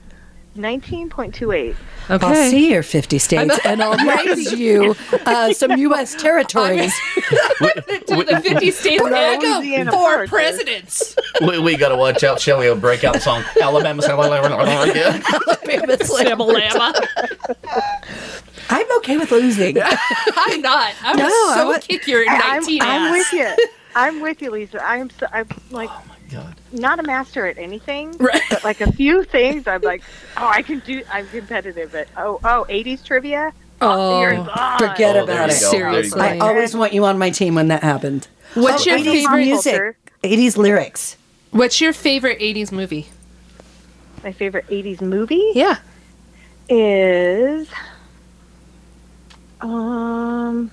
F: Nineteen point two eight.
C: Okay.
E: I'll see your 50 states and I'll raise you uh, some U.S. territories.
C: to the 50 states and I
F: Louisiana
C: go for
F: Parker.
C: presidents.
D: we, we gotta watch out. Shelley will break out song Alabama. Oh, Alabama.
E: Alabama, Alabama.
C: Alabama.
E: I'm okay with losing.
C: I'm not. I'm
E: No,
C: gonna
E: I
C: so
E: would-
C: kick your
F: I'm,
C: 19
F: I'm
C: ass.
F: with you. I'm with you, Lisa. I'm so I'm like
D: Oh God.
F: not a master at anything,
C: Right.
F: but like a few things, I'm like, oh, I can do. I'm competitive at oh oh 80s trivia. You're
C: Oh,
F: gone.
E: Forget
D: Oh,
E: about it.
D: there you go.
C: Seriously.
E: I always want you on my team when that happened.
C: What's your
E: 80s
C: favorite
E: music?
F: culture?
E: 80s lyrics.
C: what's your favorite 80s movie?
F: My favorite 80s movie
C: Yeah.
F: is um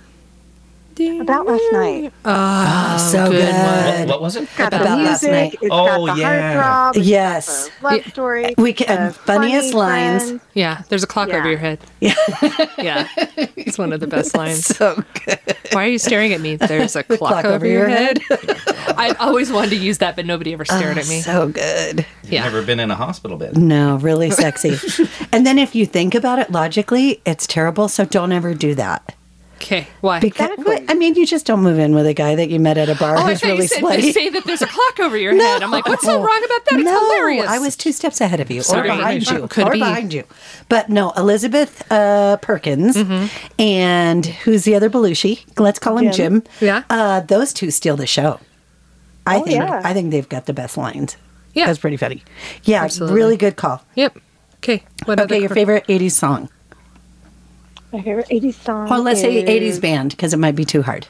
F: about last night.
C: Oh,
E: so good.
D: What, what was it?
F: It's got
E: About
F: the
E: last
F: music.
E: night.
F: It's
D: Oh,
F: got the
D: yeah.
F: heartthrob. it's got
E: Yes.
F: the love
C: Yeah.
F: story.
E: We can-
F: the
E: funniest
F: funny
E: lines.
F: friend.
C: Yeah, there's a clock
F: Yeah.
C: over your head.
E: Yeah.
C: Yeah. It's one of the best lines.
E: So good.
C: Why are you staring at me? There's a clock, over, your head. I've always wanted to use that, but nobody ever stared at me.
E: So good.
C: yeah.
D: Never been in a hospital bed.
E: No, really sexy. and then if you think about it logically, it's terrible. So don't ever do that.
C: Okay. Why?
E: Because
F: Exactly.
E: I mean, you just don't move in with a guy that you met at a bar
C: Oh, I
E: who's
C: thought
E: really
C: you said
E: slutty.
C: say that there's a clock over your head. I'm like, what's so
E: No. oh,
C: wrong about that? It's
E: no,
C: hilarious.
E: I was two steps ahead of you,
C: Sorry.
E: or behind you,
C: Could
E: or
C: be.
E: behind you. But no, Elizabeth uh, Perkins
C: Mm-hmm.
E: and who's the other Belushi? Let's call him Jim.
C: Yeah. Oh,
E: uh, those two steal the show. I think
F: yeah.
E: I think they've got the best lines.
C: Yeah.
E: that's pretty funny. Yeah,
C: Absolutely.
E: really good call.
C: Yep. Okay. What
E: okay, your favorite '80s song,
F: My favorite 80s song.
E: or let's say
F: is-
E: '80s band, because it might be too hard.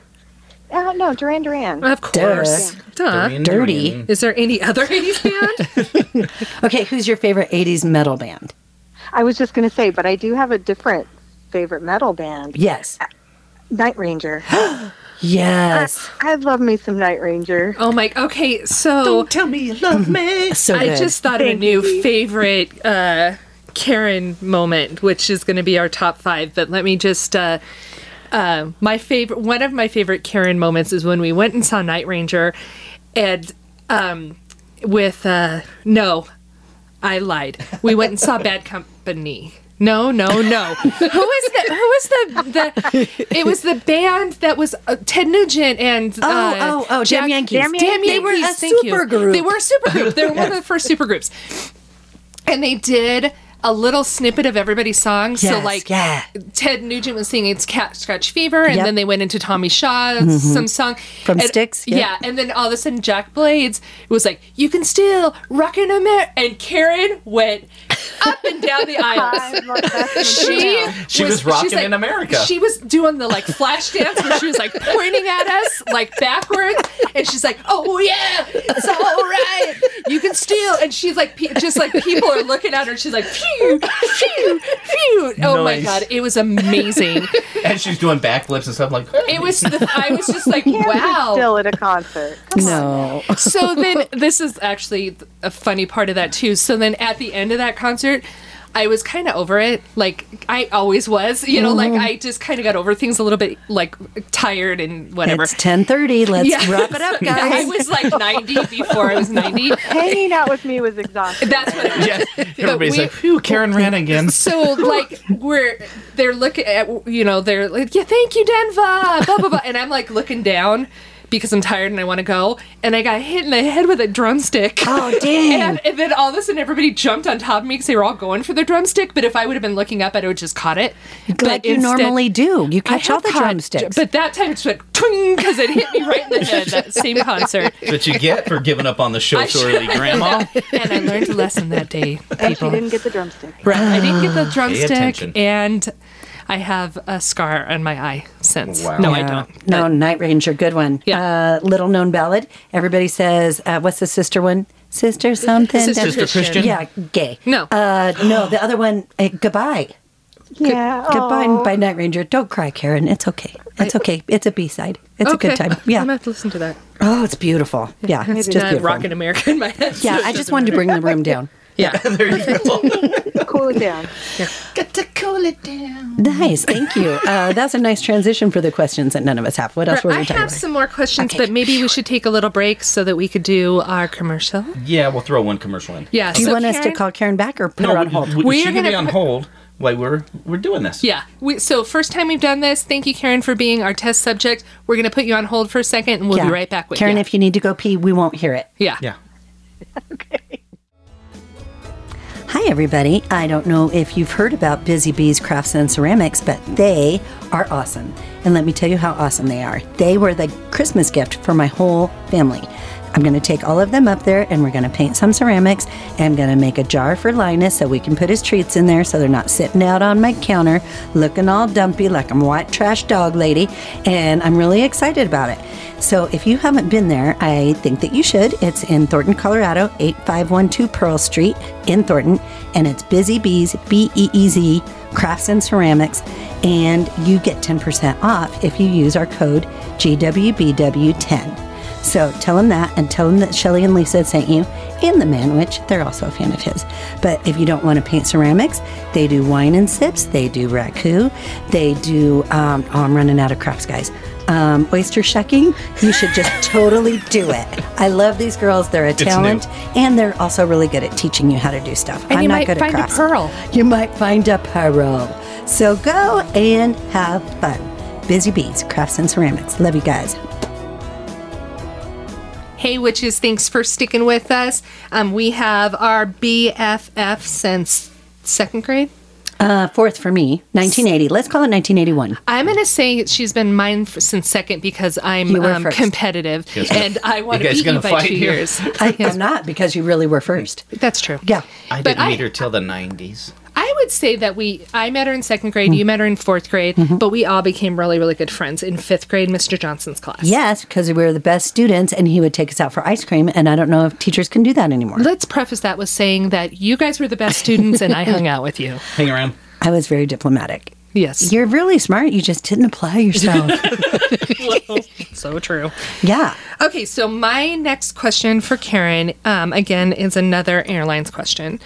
F: Oh, no, Duran Duran.
C: Of course. Duh.
D: Doreen,
E: dirty.
D: Doreen.
C: Is there any other 80s band?
E: Okay, who's your favorite '80s metal band?
F: I was just going to say, but I do have a different favorite metal band,
E: Yes,
F: Night Ranger.
E: yes,
F: I love me some Night Ranger.
C: oh my. Okay, so
D: Tell me you love me.
E: so good.
C: I just thought of a
F: Thank
C: new
F: you.
C: favorite uh, Karen moment, which is going to be our top five. But let me just. Uh, uh, my favorite, one of my favorite Karen moments is when we went and saw Night Ranger, and um, with uh, no, I lied. We went and saw Bad Company. No, no, no. who is the? Who is the? The it was the band that was uh, Ted Nugent and oh,
E: oh, oh, Damn Yankees.
C: Damn,
E: Damn
C: Yankees. They were
E: Yankees,
C: a
E: thank
C: super
E: you.
C: group. They were a super group. They were one of the first super groups, and they did a little snippet of everybody's song. so
E: Yes,
C: like,
E: yeah.
C: Ted Nugent was singing "It's Cat Scratch Fever," and
E: Yep. Mm-hmm.
C: then they went into Tommy Shaw some song
E: From
C: And-
E: Styx,
C: Yeah.
E: yeah.
C: and then all of a sudden Jack Blades was like, "You can still rock in America," and Karen went up and down the aisles.
F: I love that
C: She,
D: She was
C: she's
D: rocking
C: like-
D: in America.
C: She was doing the like flash dance where she was like pointing at us like backwards, and she's like, "Oh yeah, it's all right. You can steal." And she's like, pe- just like people are looking at her, and she's like, "Phew, phew, phew." Oh my
D: Nice.
C: god, it was amazing.
D: And she's doing backflips and stuff like.
C: It was. The, I was just like,
F: Wow.
C: "Wow."
F: Still at a concert.
E: no.
C: so then this is actually a funny part of that too. So then at the end of that concert, I was kind of over it. Like I always was, you know,
E: Mm-hmm.
C: like I just kind of got over things a little bit like tired and whatever.
E: It's ten thirty. Let's
C: Yeah.
E: wrap it up,
C: I
E: guys.
C: was like 90 before I was 90.
F: Hanging out with me was exhausting.
C: That's what it was.
D: Yeah, everybody's
C: we-
D: like, "Phew, Karen ran again."
C: So like we're they're looking at you know they're like yeah thank you Denver blah blah blah and I'm like looking down because I'm tired and I want to go and I got hit in the head with a drumstick.
E: Oh, dang.
C: And, and then all of a sudden, everybody jumped on top of me because they were all going for the drumstick. But if I would have been looking up, I would have just caught it.
E: like
C: but
E: you
C: instead-
E: normally do. You
C: I
E: catch all
C: have
E: the
C: caught-
E: drumsticks.
C: But that time it just went twing because it hit me right in the head that same concert.
D: That you get for giving up on the show so early, Grandma.
C: And I learned a lesson that day,
F: and she
C: people.
F: didn't get the drumstick.
C: Right. I didn't get the
D: attention.
C: drumstick, and I have a scar on my eye since.
D: Wow.
C: No,
E: Yeah.
C: I don't.
E: Uh, No, Night Ranger, good one.
C: Yeah.
E: Uh, little known ballad. Everybody says, uh, what's the sister one? Sister something.
C: Sister
D: Sister Christian.
E: Yeah, gay.
C: No.
E: Uh, no, the other one, uh, goodbye.
F: Yeah.
E: Goodbye,
F: aw.
E: by Night Ranger. Don't cry, Karen. It's okay. It's okay. It's a B side. It's a good time.
C: I'm
E: Yeah.
C: gonna have to listen to that.
E: Oh, it's beautiful. Yeah, it's just
C: Not
E: beautiful.
C: Rocket America in my head.
E: Yeah, I just wanted to bring the room down.
C: yeah.
D: There you go.
F: oh, Cool it down.
E: Nice, thank you. Uh, that's a nice transition for the questions that none of us have. What else were we
C: I
E: talking
C: have
E: about?
C: some more questions,
E: Okay.
C: but maybe we should take a little break so that we could do our commercial.
D: yeah, we'll throw one commercial in.
C: Yeah.
E: Do you
C: so
E: want us to
C: Karen-
E: call Karen back or put her on hold?
D: We,
C: We
D: she
C: are
D: can be
C: gonna
D: on
C: put-
D: hold while we're we're doing this.
C: Yeah. We, so first time we've done this. Thank you, Karen, for being our test subject. We're gonna put you on hold for a second, and we'll
E: Yeah.
C: be right back with
E: Karen,
C: you.
E: if you need to go pee, we won't hear it.
C: yeah.
D: Yeah.
E: Hi, everybody. I don't know if you've heard about Busy Bees Crafts and Ceramics, but they are awesome. And let me tell you how awesome they are. They were the Christmas gift for my whole family. I'm going to take all of them up there and we're going to paint some ceramics. I'm going to make a jar for Linus so we can put his treats in there so they're not sitting out on my counter looking all dumpy like I'm a white trash dog lady. And I'm really excited about it. So if you haven't been there, I think that you should. It's in Thornton, Colorado, 8512 Pearl Street in Thornton, and it's Busy Bees, B E E Z, Crafts and Ceramics, and you get 10% off if you use our code GWBW10. So tell him that and tell him that Shelly and Lisa sent you and the man, which they're also a fan of his. But if you don't want to paint ceramics, they do wine and sips, they do raku, they do, um, oh, I'm running out of crafts, guys. Um, oyster shucking, you should just totally do it. I love these girls. They're a
D: new.
E: talent, and they're also really good at teaching you how to do stuff.
C: And
E: I'm
C: you
E: not
C: might
E: good
C: find
E: at
C: a
E: crafts
C: pearl.
E: you might find a pearl. So go and have fun. Busy Bees, Crafts and Ceramics. Love you guys.
C: Hey, witches, thanks for sticking with us. Um, we have our BFF since second grade.
E: Uh, fourth for me, 1980. Let's call it 1981.
C: I'm going to say she's been mine for, since second because I'm
E: You were
C: um,
E: first.
C: competitive and I want
D: You
C: to
D: guys
C: beat
D: gonna
C: you by
D: fight
C: two
D: here?
C: years.
E: I am not because you really were first.
C: That's true.
E: Yeah.
D: I
C: But
D: didn't
C: I-
D: meet her till the nineties.
C: I would say that we, I met her in second grade, you met her in fourth grade, but we all became really, really good friends in fifth grade, Mr. Johnson's class.
E: Yes, because we were the best students and he would take us out for ice cream. And I don't know if teachers can do that anymore.
C: Let's preface that with saying that you guys were the best students and I hung out with you.
D: Hang around.
E: I was very diplomatic.
C: Yes.
E: You're really smart. You just didn't apply yourself.
C: so true.
E: yeah.
C: Okay, so my next question for Karen, um, again, is another airlines question.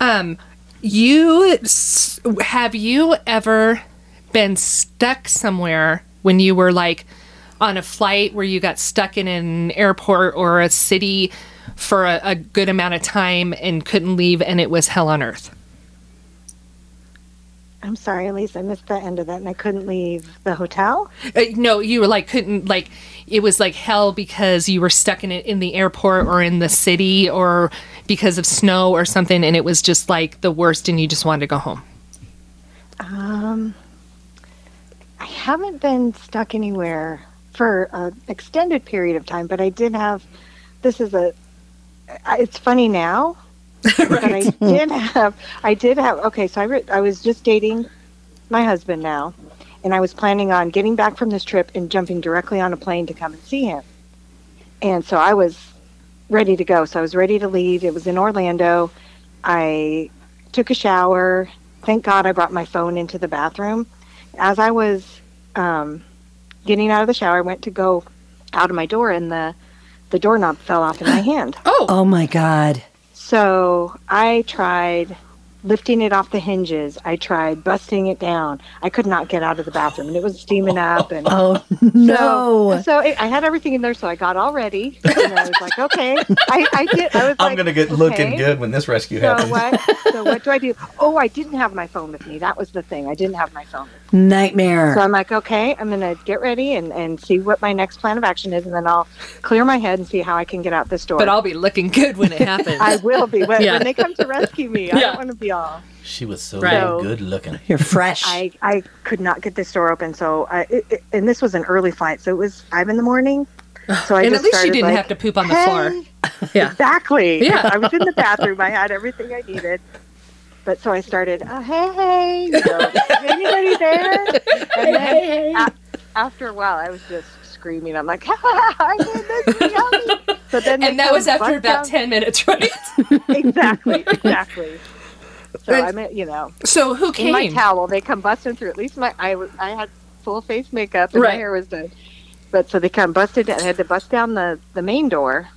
C: Um, you s- have you ever been stuck somewhere when you were like on a flight where you got stuck in an airport or a city for a, a good amount of time and couldn't leave, and it was hell on earth?
F: I'm sorry, Elise. I missed the end of that, and I couldn't leave the hotel.
C: Uh, no, you were like couldn't like it was like hell because you were stuck in it in the airport or in the city or because of snow or something, and it was just like the worst, and you just wanted to go home.
F: I haven't been stuck anywhere for an extended period of time, but I did have. This is a. I- It's funny now, but I did have. I did have. Okay, so I re- I was just dating my husband now, and I was planning on getting back from this trip and jumping directly on a plane to come and see him, and so I was ready to go. So I was ready to leave. It was in Orlando. I took a shower. Thank God I brought my phone into the bathroom as I was um, getting out of the shower, I went to go out of my door, and the the doorknob fell off in my hand.
E: Oh my God.
F: So I tried lifting it off the hinges. I tried busting it down. I could not get out of the bathroom, and it was steaming up. And
E: Oh no.
F: so, so it, I had everything in there, so I got all ready, and I was like, okay, I, I did. I was
D: I'm
F: like,
D: gonna get
F: okay.
D: looking good when this rescue
F: So
D: happens.
F: what? So what do I do? Oh, I didn't have my phone with me. That was the thing. I didn't have my phone.
E: Nightmare.
F: So I'm like, okay, I'm going to get ready and, and see what my next plan of action is, and then I'll clear my head and see how I can get out this door.
C: But I'll be looking good when it happens.
F: I will be. When,
C: Yeah.
F: when they come to rescue me, I
C: Yeah.
F: don't want to be all.
D: She was so
C: Right.
F: So-
D: good looking.
E: You're fresh.
F: I, I could not get this door open. So, I, it, it- and this was an early flight. So it was five in the morning. So I
C: and
F: just
C: at least you
F: started
C: didn't
F: like,
C: have to poop on the
F: "Hey,
C: floor. Yeah.
F: Exactly.
C: Yeah.
F: I was in the bathroom. I had everything I needed. But so I started, uh, hey, hey, you know, is anybody there? And then a- after a while, I was just screaming. I'm like, I did this, yummy. But then they
C: And that
F: come
C: was after
F: bust
C: about 10
F: down-
C: minutes, right?
F: Exactly, exactly. So
C: That's-
F: I'm, at- you know,
C: So who
F: in my
C: came?
F: towel, they come busting through. At least my I was I had full face makeup and my
C: Right.
F: hair was done. But so they come busted. I had to bust down the the main door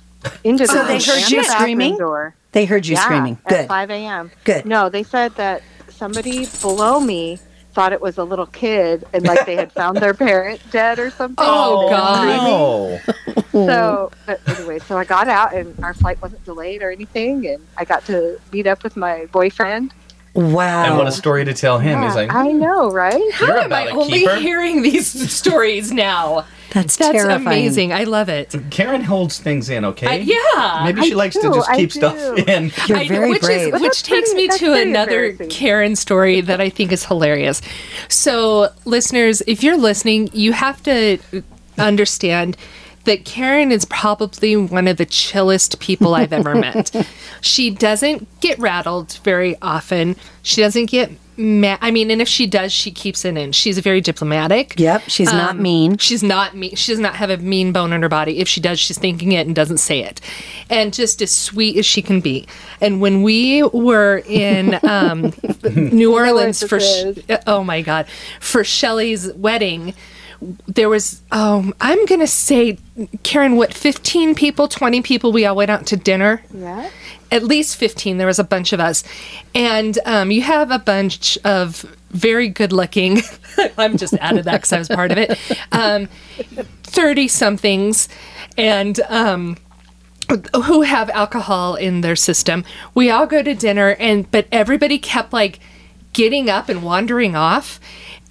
F: into
E: So
F: the
E: they heard
F: and
E: you
F: the bathroom
E: screaming?
F: Door.
E: They heard you
F: Yeah,
E: screaming.
F: at
E: Good.
F: 5 a.m.
E: Good.
F: No, they said that somebody below me thought it was a little kid and like they had found their parent dead or something.
C: Oh, God.
D: No.
F: So, but anyway, so I got out and our flight wasn't delayed or anything, and I got to meet up with my boyfriend.
E: Wow.
D: And what a story to tell him. He's
F: Yeah,
D: like,
F: I know, right?
C: How
D: You're
C: am
D: about
C: I
D: a
C: only
D: keeper.
C: hearing these stories now?
E: that's
C: That's
E: terrifying.
C: amazing. I love it.
D: Karen holds things in, okay?
C: I- yeah.
D: Maybe she
F: I
D: likes to
F: do,
D: just
F: I
D: keep stuff
F: do.
D: in.
E: You're
C: I know,
E: very
C: which
E: brave.
C: Is, which
F: That's
C: takes
F: pretty-
C: me
F: that's
C: to
F: pretty
C: another
F: embarrassing.
C: Karen story that I think is hilarious. So, listeners, if you're listening, you have to understand that Karen is probably one of the chillest people I've ever met. She doesn't get rattled very often. She doesn't get mad. I mean, and if she does, she keeps it in. She's very diplomatic.
E: Yep, she's not mean.
C: She's not mean. She does not have a mean bone in her body. If she does, she's thinking it and doesn't say it. And just as sweet as she can be. And when we were in um, New Orleans
F: this
C: for sh-
F: is.
C: oh my god for Shelley's wedding, there was um, I'm gonna say Karen, what 15 people, 20 people. We all went out to dinner
F: Yeah.
C: at least 15 there was a bunch of us and um, you have a bunch of very good looking i'm just out of that because i was part of it 30 somethings and um, who have alcohol in their system we all go to dinner and but everybody kept like getting up and wandering off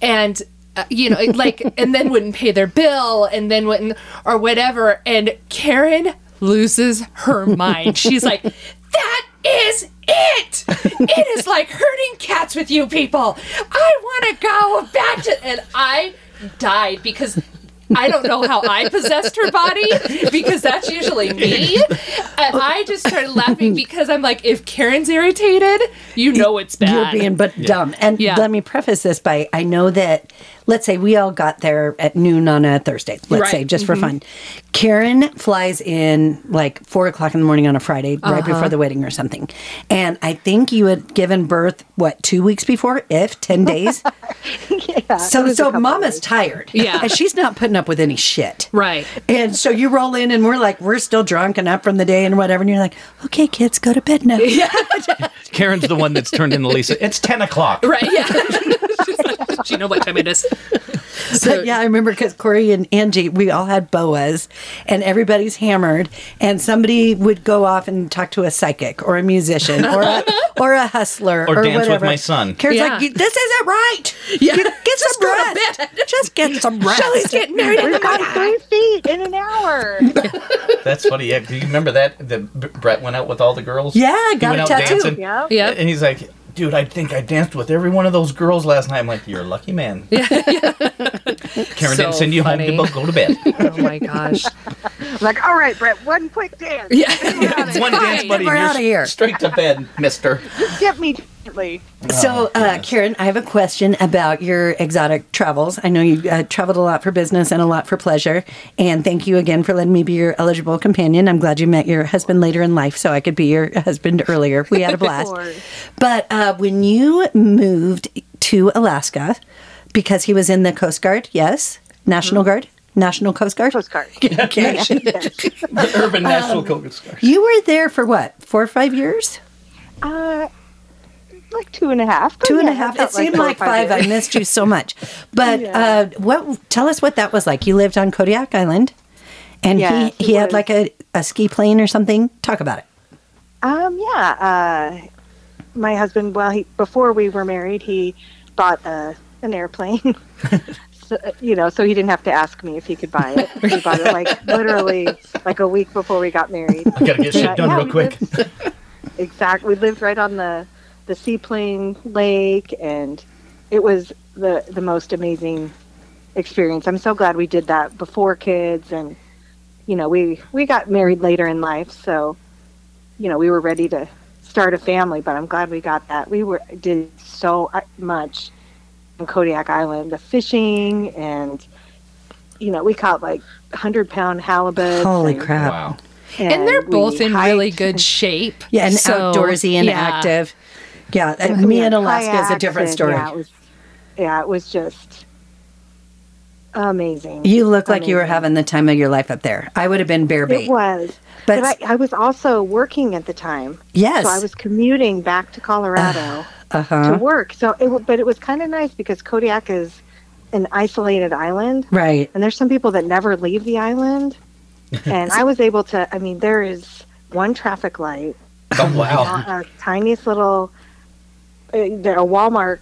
C: and uh, you know it, like and then wouldn't pay their bill and then wouldn't or whatever and karen loses her mind she's like that is it it is like herding cats with you people i want to go back to and i died because I don't know how I possessed her body because that's usually me. And I just started laughing because I'm like, if Karen's irritated, you know it's
E: You're
C: bad.
E: being but dumb. And
C: Yeah.
E: let me preface this by I know that let's say we all got there at noon on a Thursday, let's
C: Right. Mm-hmm.
E: say, just for fun. Karen flies in like four o'clock in the morning on a Friday, right
C: Uh-huh.
E: before the wedding or something. And I think you had given birth, what, two weeks before, if 10 days?
F: Yeah. it
E: so
F: was a
E: so
F: couple
E: mama's
F: days.
E: tired.
C: Yeah.
E: And she's not putting up with any shit.
C: right.
E: And so you roll in, and we're like, we're still drunk and up from the day and whatever. And you're like, okay, kids, go to bed now.
D: Karen's the one that's turned into Lisa. It's 10 o'clock.
C: Right. Yeah. She's like, do you know what time it is? So,
E: But yeah, I remember because Corey and Angie, we all had boas, and everybody's hammered, and somebody would go off and talk to a psychic or a musician or a, or a hustler
D: Or
E: or,
D: Dance With
E: whatever.
D: My Son.
E: Karen's
C: Yeah.
E: like, "You- this isn't right.
C: Yeah.
E: You get
C: Just
E: some
C: go to
E: rest. Just get some rest.
C: Shelly's getting married in the
F: We've got three feet in an hour.
D: That's funny. Yeah, do you remember that? The B- Brett went out with all the girls.
E: Yeah, I
D: He
E: got
D: went
E: a
D: out
E: tattoo.
D: dancing.
F: yeah.
C: Yep.
D: And he's like, dude, I think I danced with every one of those girls last night. I'm like, you're a lucky man. Karen
C: So
D: didn't send you
C: funny.
D: home to go to bed.
C: Oh my gosh.
F: I'm like, all right, Brett, one quick dance.
C: Yeah.
D: One dance buddy,
C: Fine,
E: we're
D: and you're
E: outta here.
D: straight to bed, mister.
F: Get me gently.
E: So, uh, Karen, I have a question about your exotic travels. I know you uh, traveled a lot for business and a lot for pleasure. And thank you again for letting me be your eligible companion. I'm glad you met your husband later in life so I could be your husband earlier. We had a blast.
F: course.
E: but uh, when you moved to Alaska, because he was in the Coast Guard, yes? National Guard? National Coast Guard?
F: Postcard.
E: Okay.
D: The Urban National Coconut Scar.
E: you were there for what, four or five years?
F: Uh, like two and a half. but
E: Two and
F: Oh, yeah,
E: a half.
F: felt
E: It seemed
F: four or
E: like five.
F: years.
E: I missed you so much. But
F: Yeah.
E: uh, what? Tell us what that was like. You lived on Kodiak Island, and
F: Yes,
E: he
F: it
E: he had
F: was.
E: like a, a ski plane or something. Talk about it.
F: Um, yeah. Uh, my husband, well, he, before we were married, he bought a, an airplane. so, you know, so he didn't have to ask me if he could buy it. He bought it like literally like a week before we got married.
D: I gotta get shit
F: Yeah,
D: done
F: yeah,
D: real
F: we
D: quick.
F: lived- exactly. We lived right on the the seaplane lake, and it was the the most amazing experience. I'm so glad we did that before kids, and you know we we got married later in life, so you know we were ready to start a family. But I'm glad we got that. We were did so uh, much on Kodiak Island, the fishing, and you know we caught like hundred pound halibut.
E: Holy crap!
D: Wow.
C: And they're
F: we
C: both in really
F: hiked
C: good shape.
E: Yeah, and
C: So,
E: outdoorsy and
C: yeah.
E: active. Yeah, uh,
F: We
E: me
F: had
E: in Alaska is a
F: kayaks
E: different
F: and,
E: story.
F: Yeah, it was, yeah, it was just amazing.
E: You look like you were
F: Amazing.
E: having the time of your life up there. I would have been bear bait.
F: It was.
E: But-
F: But, I, I was also working at the time.
E: Yes.
F: So I was commuting back to Colorado
E: Uh-huh.
F: to work. So it, wa- but it was kind of nice because Kodiak is an isolated island,
E: Right.
F: and there's some people that never leave the island. And I was able to. I mean, there is one traffic light,
D: Oh wow!
F: a tiniest little. Uh, there, a Walmart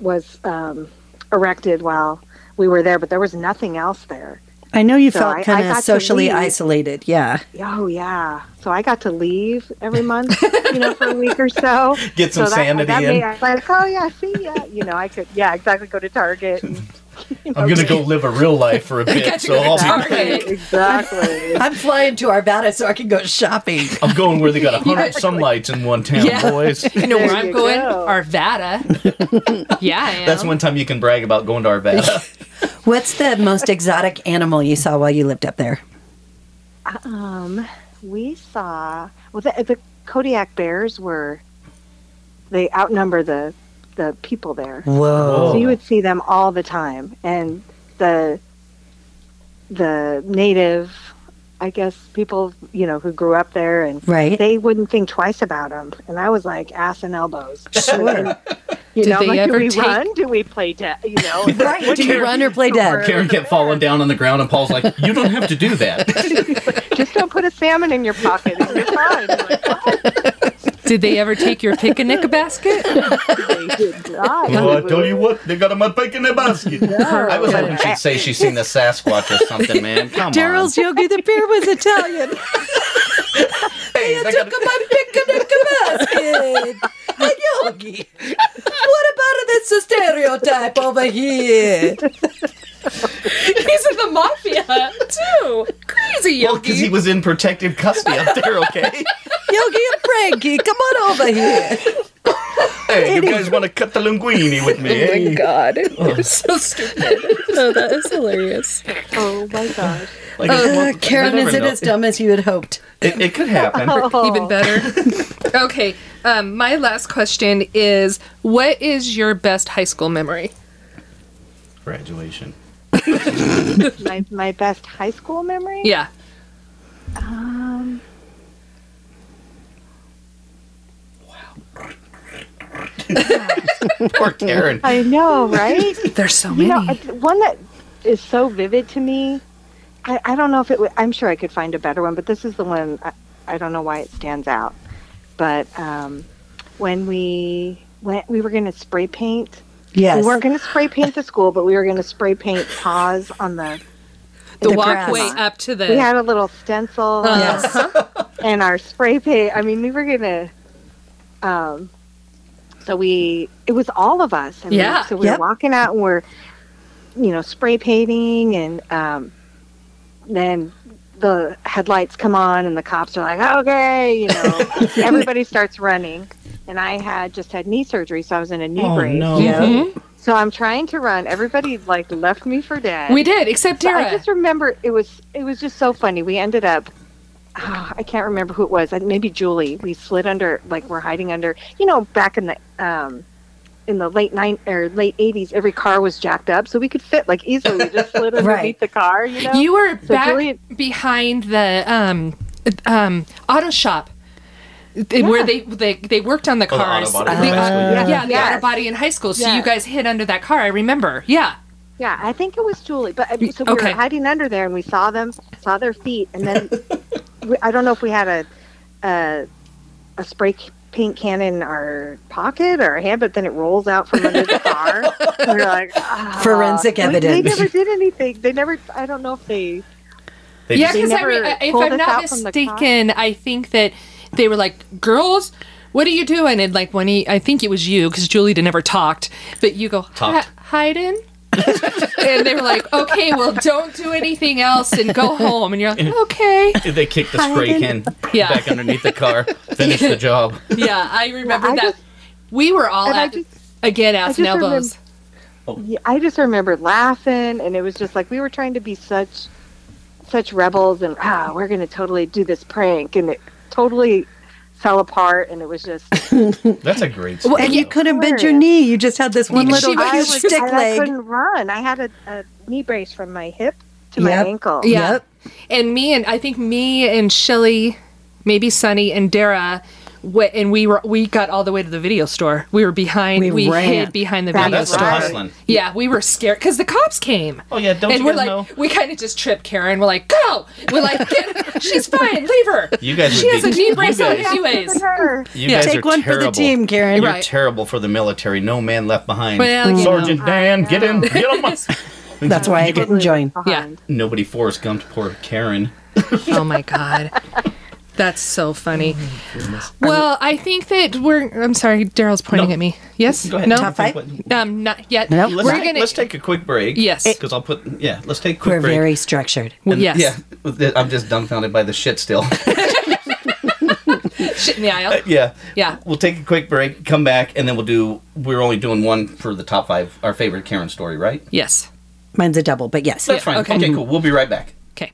F: was um, erected while we were there, but there was nothing else there.
E: I know you
F: So I-
E: felt
F: I
E: kind
F: got
E: of
F: to
E: socially
F: leave.
E: isolated. Yeah.
F: Oh yeah. So I got to leave every month, you know, for a week or so.
D: Get
F: so
D: some sanity
F: that
D: in.
F: Me, I'm like, oh yeah, see ya. You know, I could, yeah, exactly. Go to Target. and-
D: I'm gonna go live a real life for a bit, so I'll be,
C: Target.
F: exactly.
E: I'm flying to Arvada so I can go shopping.
D: I'm going where they got a hundred sunlights in one town,
C: Yeah.
D: boys.
C: You know where
F: There
C: I'm
F: you
C: going?
F: go.
C: Arvada. yeah, I am.
D: That's one time you can brag about going to Arvada.
E: What's the most exotic animal you saw while you lived up there?
F: Um, we saw well the, the Kodiak bears were they outnumber the the people there,
E: Whoa.
F: so you would see them all the time, and the the native, I guess, people you know who grew up there and
E: Right.
F: they wouldn't think twice about them. And I was like ass and elbows.
E: Sure.
F: You
C: Did
F: know,
C: they
F: like,
C: ever
F: do we
C: take-
F: run? Do we play dead? You know,
E: right. Do you run or play dead?
D: Karen kept falling down on the ground, and Paul's like, "You don't have to do that."
F: just don't put a salmon in your pocket. and You're fine. I'm like, "Oh,
C: Did they ever take your picnic basket?
F: they did not."
D: what, they got them up in a basket. I was hoping she'd say she's seen the Sasquatch or something, man. Come on,
E: Daryl's yogi, the beer was Italian.
D: Hey, they got-
E: my picnic basket. A yogi. What about this stereotype over here?
C: He's in the mafia too. Crazy
D: well, because he was in protective custody up there. Okay.
E: Yogi and Frankie, come on over here.
D: Hey, you guys want to cut the linguini with me?
E: Oh
D: eh?
C: God, you're so stupid. Oh, that is hilarious.
F: Oh my gosh.
D: Like, well,
E: Uh,
D: you
E: Karen,
D: never
E: is Oh. it
D: know.
E: as dumb as you had hoped?
D: It, it could happen.
C: Even better. Okay, um, my last question is: What is your best high school memory?
D: Graduation.
F: My my best high school memory.
C: Yeah,
D: Poor Karen.
F: I know, right?
C: there's so many.
F: you know, I- one that is so vivid to me. I, I don't know if it. Would, I'm sure I could find a better one, but this is the one. I, I don't know why it stands out. But um, when we went, we were going to spray paint.
E: Yes.
F: We weren't going to spray paint the school, but we were going to spray paint paws on the.
C: the,
E: the grass.
C: walkway up to the. Uh-huh.
F: We had a little stencil
E: Yes.
F: and our spray paint. I mean, we were gonna. Um, so we it was all of us. I mean,
C: Yeah.
F: So we
E: Yep.
F: were walking out and we're, you know, spray painting and um, then the headlights come on and the cops are like, okay, you know, everybody starts running. And I had just had knee surgery, so I was in a knee
E: Oh,
F: brace.
C: Mm-hmm.
F: So I'm trying to run. Everybody like left me for dead.
C: We did, except
F: But
C: Dara.
F: I just remember it was it was just so funny. We ended up ah, I can't remember who it was. I- Maybe Julie. We slid under like we're hiding under. You know, back in the um in the late nine or late eighties, every car was jacked up, so we could fit like easily. We just slid underneath the car. You know,
C: You were
F: So
C: back
F: Juliet-
C: behind the um, um, auto shop. th- Where they, they they worked on the
D: Oh, the
C: cars,
D: auto body.
C: The au-
D: Yes.
C: yeah, the
F: Uh, Yes.
C: auto body in high school. So you
F: Yes.
C: guys hid under that car. I remember. Yeah,
F: Yeah, I think it was Julie. But I- so we
C: Okay.
F: were hiding under there, and we saw them, saw their feet, and then we, I don't know if we had a a, a spray c- paint can in our pocket or our hand, but then it rolls out from under the car. and we're like, "Ah."
E: Forensic
F: They- They
E: evidence.
F: never did anything. They never. I don't know if they.
D: They
C: yeah.
D: just-
C: Because I
F: never
C: re- if
F: pulled
C: I'm
F: us
C: not
F: out from the car?
C: mistaken, I think that they were like, "Girls, what are you doing?" And like when he, I think it was you because Julie never talked, but you go
D: Talked.
C: "Hi- hiding. and they were like, "Okay, well, don't do anything else and go home." And you're like, "Okay."
D: they kicked the spray can
C: Yeah.
D: back underneath the car. Finish the job.
C: Yeah, I remember
F: I
C: that.
F: just-
C: we were all
F: and I
C: at,
F: just-
C: again ass
F: just
C: and elbows.
F: Yeah, I just remember laughing, and it was just like we were trying to be such such rebels, and ah, we're gonna totally do this prank, and it totally fell apart, and it was just
D: That's a great story.
E: and you
D: though.
E: couldn't bend your knee. You just had this one
C: She
E: little
C: was-
E: huge stick
F: I, I
E: leg.
F: couldn't run. I had a, a knee brace from my hip to
E: Yep.
F: my ankle.
C: Yeah.
E: Yep.
C: And me and I think me and Shelly, maybe Sunny and Dara, w- and we were we got all the way to the video store. We were behind.
E: We
C: We,
E: ran.
C: hid behind the
F: Yeah,
C: video
D: that's the
C: store.
D: hustling.
C: Yeah, we were scared because the cops came.
D: Oh, yeah, don't
C: and
D: you
C: we're
D: guys
C: like
D: know?
C: we kind of just tripped Karen. We're like, go. We're like, Get, she's fine. Leave her.
D: You guys
C: She
D: would
C: has
D: be-
C: a knee brace
D: you
C: on
D: guys-
C: anyways.
F: Sure.
D: You
C: Yeah.
D: guys
E: Take
D: are
E: one for the
D: terrible.
E: team, Karen.
D: You're
C: Right.
D: terrible for the military. No man left behind.
C: Well, you know.
D: Sergeant Dan, get in, get him.
E: That's why I didn't join.
C: Yeah.
D: Nobody Forrest Gumped poor Karen.
C: oh my god that's so funny
D: Oh
C: well i think that we're i'm sorry daryl's pointing
D: No.
C: at me yes
D: Go ahead.
C: no
E: Top five?
C: um not yet
E: No.
D: Let's,
C: we're
D: take,
C: gonna
D: let's take a quick break.
C: Yes.
D: Because I'll put, yeah, let's take a quick
E: We're
D: break.
E: very structured.
C: well,
D: And-
C: yes
D: Yeah. I'm just dumbfounded by the shit still.
C: shit in the aisle
D: yeah.
C: Yeah.
D: We'll take a quick break, come back, and then we'll do, we're only doing one for the top five, our favorite Karen story, right?
C: yes
E: Mine's a double, but yes.
D: That's fine.
C: okay.
D: okay, cool. We'll be right back.
C: okay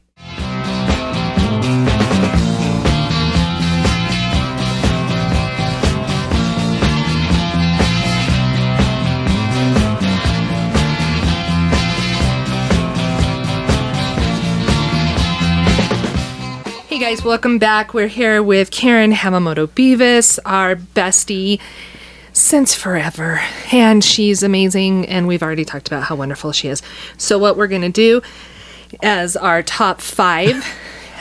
C: Hey guys, welcome back. We're here with Karen Hamamoto Beavis, our bestie since forever. And she's amazing, and we've already talked about how wonderful she is. So, what we're going to do as our top five,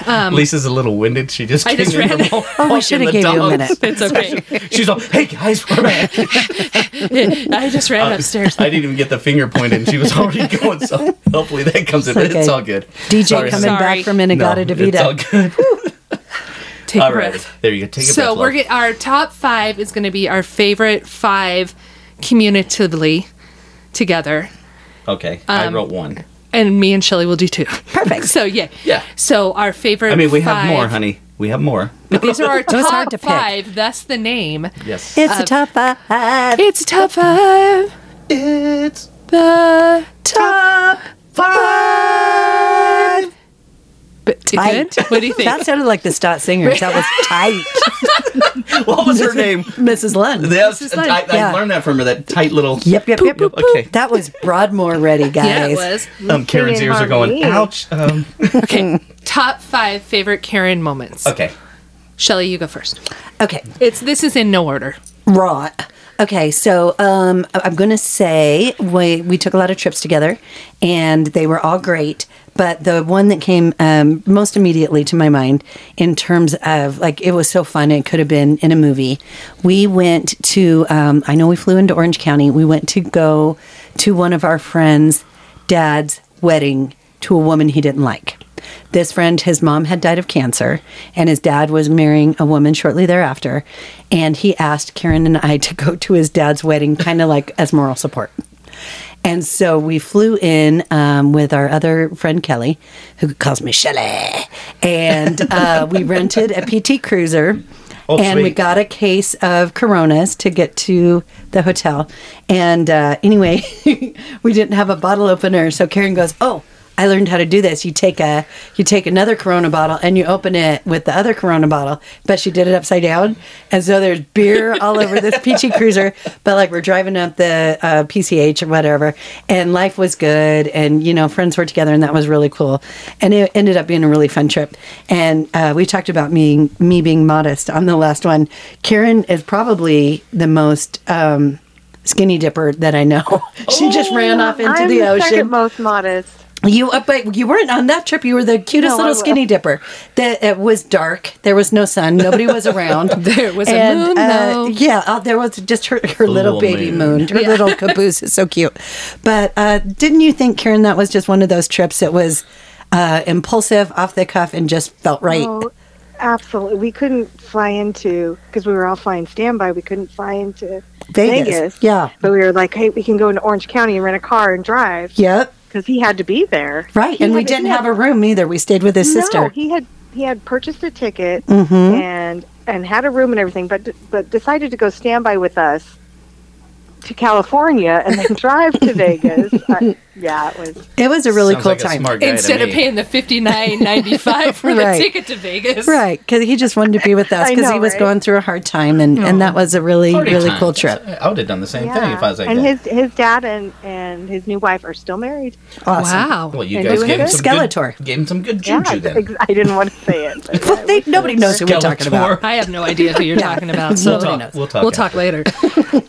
D: Lisa's a little winded. She just
C: I
D: came
C: just
D: in
C: ran.
D: from walk-
E: Oh, I
D: walking
E: should have
D: the
E: gave you a
D: dogs.
E: minute.
C: it's okay.
D: She's all, hey guys, we're back.
C: I just
D: Uh,
C: ran upstairs.
D: I didn't even get the finger pointed, and she was already going. So hopefully that comes in. but
E: okay.
D: It's all good.
E: DJ
D: Sorry.
E: coming
C: Sorry.
E: back from Inagata
D: No,
E: Davida.
D: It's all good.
C: Take
D: all
C: a
D: right,
C: breath.
D: there you go. Take a
C: so
D: breath.
C: we're
D: love.
C: get, our top five is going to be our favorite five cumulatively together,
D: okay.
C: um,
D: I wrote one.
C: and me and Shelly will do two.
E: Perfect.
C: So yeah,
D: Yeah.
C: So our favorite.
D: I mean, we
C: five,
D: have more, honey. We have more.
C: But these are our
E: was
C: top
E: hard to pick.
C: five. That's the name.
D: Yes.
C: Um,
E: It's a top five.
C: It's top five. Uh,
D: It's
C: The
E: Top five.
C: but
E: Tight.
C: What do you think?
E: That sounded like the Stott Singers. That was tight.
D: what was her name?
E: Mrs. Lund.
D: Yes,
C: is
D: I,
C: like-
D: I
E: Yeah.
D: learned that from her. That tight little.
E: Yep, yep, yep.
D: Okay.
E: That was Broadmoor ready, guys.
C: yeah, it was.
D: Um, Karen's
F: singing
D: ears are going.
F: harmony.
D: Ouch. Um,
C: Okay. top five favorite Karen moments.
D: okay.
C: Shelly, you go first.
E: Okay,
C: It's this is in no order.
E: raw. Okay, so um, I- I'm going to say we, we took a lot of trips together and they were all great. But the one that came um, most immediately to my mind, in terms of like, it was so fun, it could have been in a movie. We went to, um, I know we flew into Orange County, we went to go to one of our friends' dad's wedding to a woman he didn't like. This friend, his mom had died of cancer, and his dad was marrying a woman shortly thereafter. And he asked Karen and I to go to his dad's wedding, kind of like as moral support. And so we flew in um, with our other friend Kelly, who calls me Shelly, and uh, we rented a PT Cruiser.
D: Oh,
E: and we
D: sweet.
E: got a case of Coronas to get to the hotel. And uh, anyway, we didn't have a bottle opener, so Karen goes, "Oh, I learned how to do this. You take a you take another Corona bottle and you open it with the other Corona bottle." But she did it upside down, and so there's beer all over this peachy cruiser. But like we're driving up the uh, PCH or whatever, and life was good, and you know friends were together, and that was really cool. And it ended up being a really fun trip. And uh, we talked about me me being modest on the last one. Karen is probably the most. Um, Skinny dipper that I know. she just ran off into
F: Oh, I'm
E: the,
F: second
E: ocean.
F: most modest.
E: You uh, but you weren't on that trip. You were the cutest
F: No, I
E: little
F: wa-
E: skinny dipper. That it was dark. There was no sun. Nobody was around.
C: There was a moon, though.
E: Yeah, uh, there was just her, her little,
D: little
E: baby moon.
D: moon.
E: Her little caboose is so cute. But uh, didn't you think, Karen, that was just one of those trips that was uh, impulsive, off the cuff, and just felt right?
F: Oh, absolutely. We couldn't fly into because we were all flying standby. We couldn't fly into
E: Vegas.
F: Vegas.
E: Yeah.
F: But we were like, hey, we can go into Orange County and rent a car and drive.
E: Yep.
F: Because he had to be there.
E: Right.
F: He
E: And we
F: had-
E: didn't
F: he had-
E: have a room either. We stayed with his
F: No,
E: sister.
F: he had he had purchased a ticket and and had a room and everything, but but decided to go standby with us to California and then drive to Vegas. I, yeah, it was.
E: It was a really
D: Sounds
E: cool
D: like a
E: time.
D: smart guy to
C: Instead of
D: me.
C: paying the fifty nine ninety five for the
E: Right.
C: ticket to Vegas,
E: Right, because he just wanted to be with us
F: I
E: because he
F: know,
E: was
F: right?
E: going through a hard time, and, and that was a really
D: Party
E: really
D: time.
E: cool trip.
D: I would have done the same thing if I was like
F: and
D: that.
F: his his dad and and his new wife are still married.
E: Awesome.
C: Wow.
D: well, you
F: And
D: guys
F: doing
D: gave him
F: good?
D: some
E: Skeletor.
D: Good, gave him some good
F: Yeah,
D: juju then.
F: ex- I didn't want to say it. but
E: Well, they, nobody knows who we're talking about.
D: Skeletor.
C: I have no idea who you're talking about. So
D: We'll talk. We'll talk.
C: We'll talk later.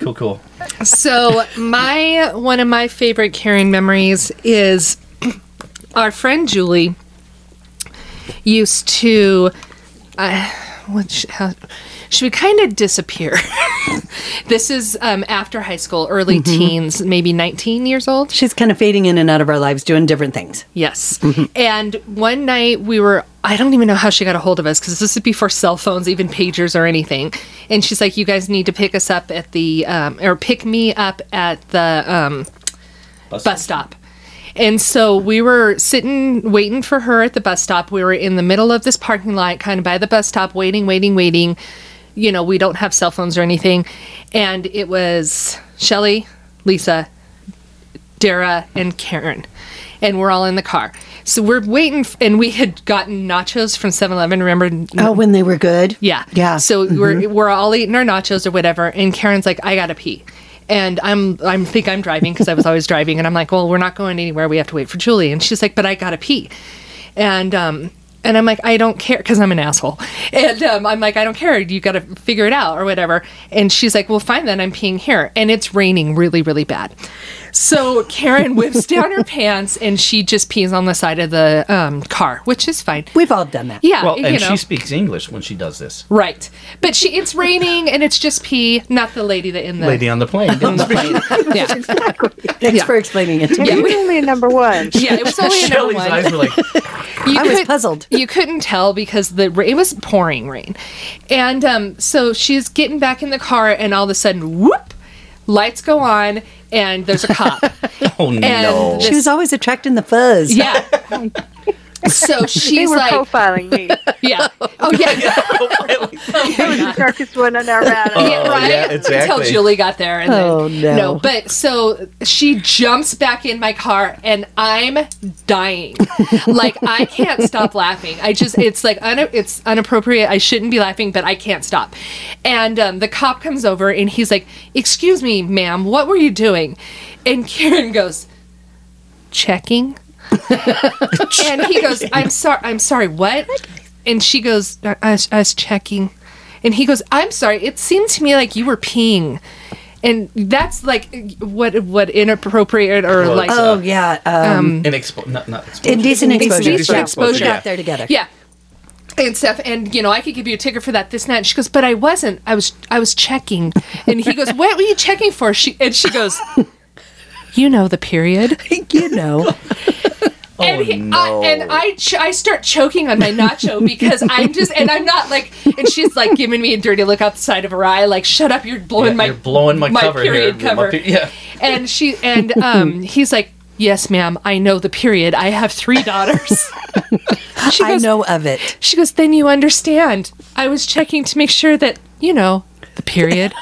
D: Cool, cool.
C: So my one of my favorite Karen memories is our friend Julie used to, uh, what she, how, she would kind of disappear. this is um, after high school, early
D: Mm-hmm.
C: teens, maybe 19 years old.
E: She's kind of fading in and out of our lives, doing different things.
C: Yes. And one night we were, I don't even know how she got a hold of us because this is before cell phones, even pagers or anything. And she's like, you guys need to pick us up at the, um, or pick me up at the um, bus, stop. And so we were sitting, waiting for her at the bus stop. We were in the middle of this parking lot, kind of by the bus stop, waiting, waiting, waiting. You know, we don't have cell phones or anything. And it was Shelly, Lisa, Dara and Karen, and we're all in the car. So we're waiting, f- and we had gotten nachos from 7 Eleven. Remember?
E: Oh, when they were good.
C: Yeah.
E: yeah.
C: So we're we're all eating our nachos or whatever, and Karen's like, "I gotta pee," and I'm I'm think I'm driving because I was always driving, and I'm like, "Well, we're not going anywhere. We have to wait for Julie," and she's like, "But I gotta pee," and um. And I'm like, I don't care because I'm an asshole. And um, I'm like, I don't care. You got to figure it out or whatever. And she's like, Well, fine then. I'm peeing here. And it's raining really, really bad. So Karen whips down her pants and she just pees on the side of the um, car, which is fine.
E: we've all done that.
C: Yeah.
D: Well,
C: uh, you
D: and
C: know.
D: she speaks English when she does this.
C: Right. But she it's raining and it's just pee, not the lady that in the
D: Lady on the plane. didn't speak-
C: Yeah.
E: Thanks for explaining it to me.
F: it was only a number one.
C: Yeah, it was only a number
D: Shelley's
C: one.
D: eyes were like,
C: You
E: I was
C: could-
E: puzzled.
C: You couldn't tell because the ra- it was pouring rain, and um, so she's getting back in the car, and all of a sudden, whoop, lights go on, and there's a cop.
D: oh no.
C: this-
E: She was always attracting the fuzz.
C: yeah. So
F: They
C: she's
F: were
C: like,
F: profiling me.
C: yeah, oh yeah,
F: the darkest one on our radar.
C: Yeah, right?
D: Oh, yeah,
C: Until
D: exactly.
C: Julie got there. And
E: Oh,
C: then,
E: no.
C: But so she jumps back in my car and I'm dying. like, I can't stop laughing. I just, it's like, un- it's inappropriate. I shouldn't be laughing, but I can't stop. And um, the cop comes over and he's like, Excuse me, ma'am, what were you doing? And Karen goes, Checking. and he goes, "I'm sorry, I'm sorry, what?" And she goes, "I I was, I was checking," and he goes, "I'm sorry. It seemed to me like you were peeing." And that's like what what inappropriate or
D: Well,
C: like
D: it's,
E: Oh yeah. Um,
D: Inexpo- not, not expo-
E: indecent exposure.
C: Indecent exposure.
E: We got there together.
C: yeah and stuff and you know I could give you a ticket for that this and that and she goes but I wasn't I was I was checking and he goes what were you checking for she and she goes you know the period
E: you know.
C: and,
D: Oh,
C: he,
D: no.
C: I, and I, ch- I start choking on my nacho because I'm just, and I'm not like, and she's like giving me a dirty look out the side of her eye, like, shut up, you're blowing
D: Yeah,
C: my,
D: you're blowing my cover here,
C: period
D: my
C: cover.
D: pe- yeah.
C: And she, and um, he's like, yes, ma'am, I know the period. I have three daughters. she
E: I
C: goes,
E: know of it.
C: she goes, then you understand. I was checking to make sure that, you know, the period.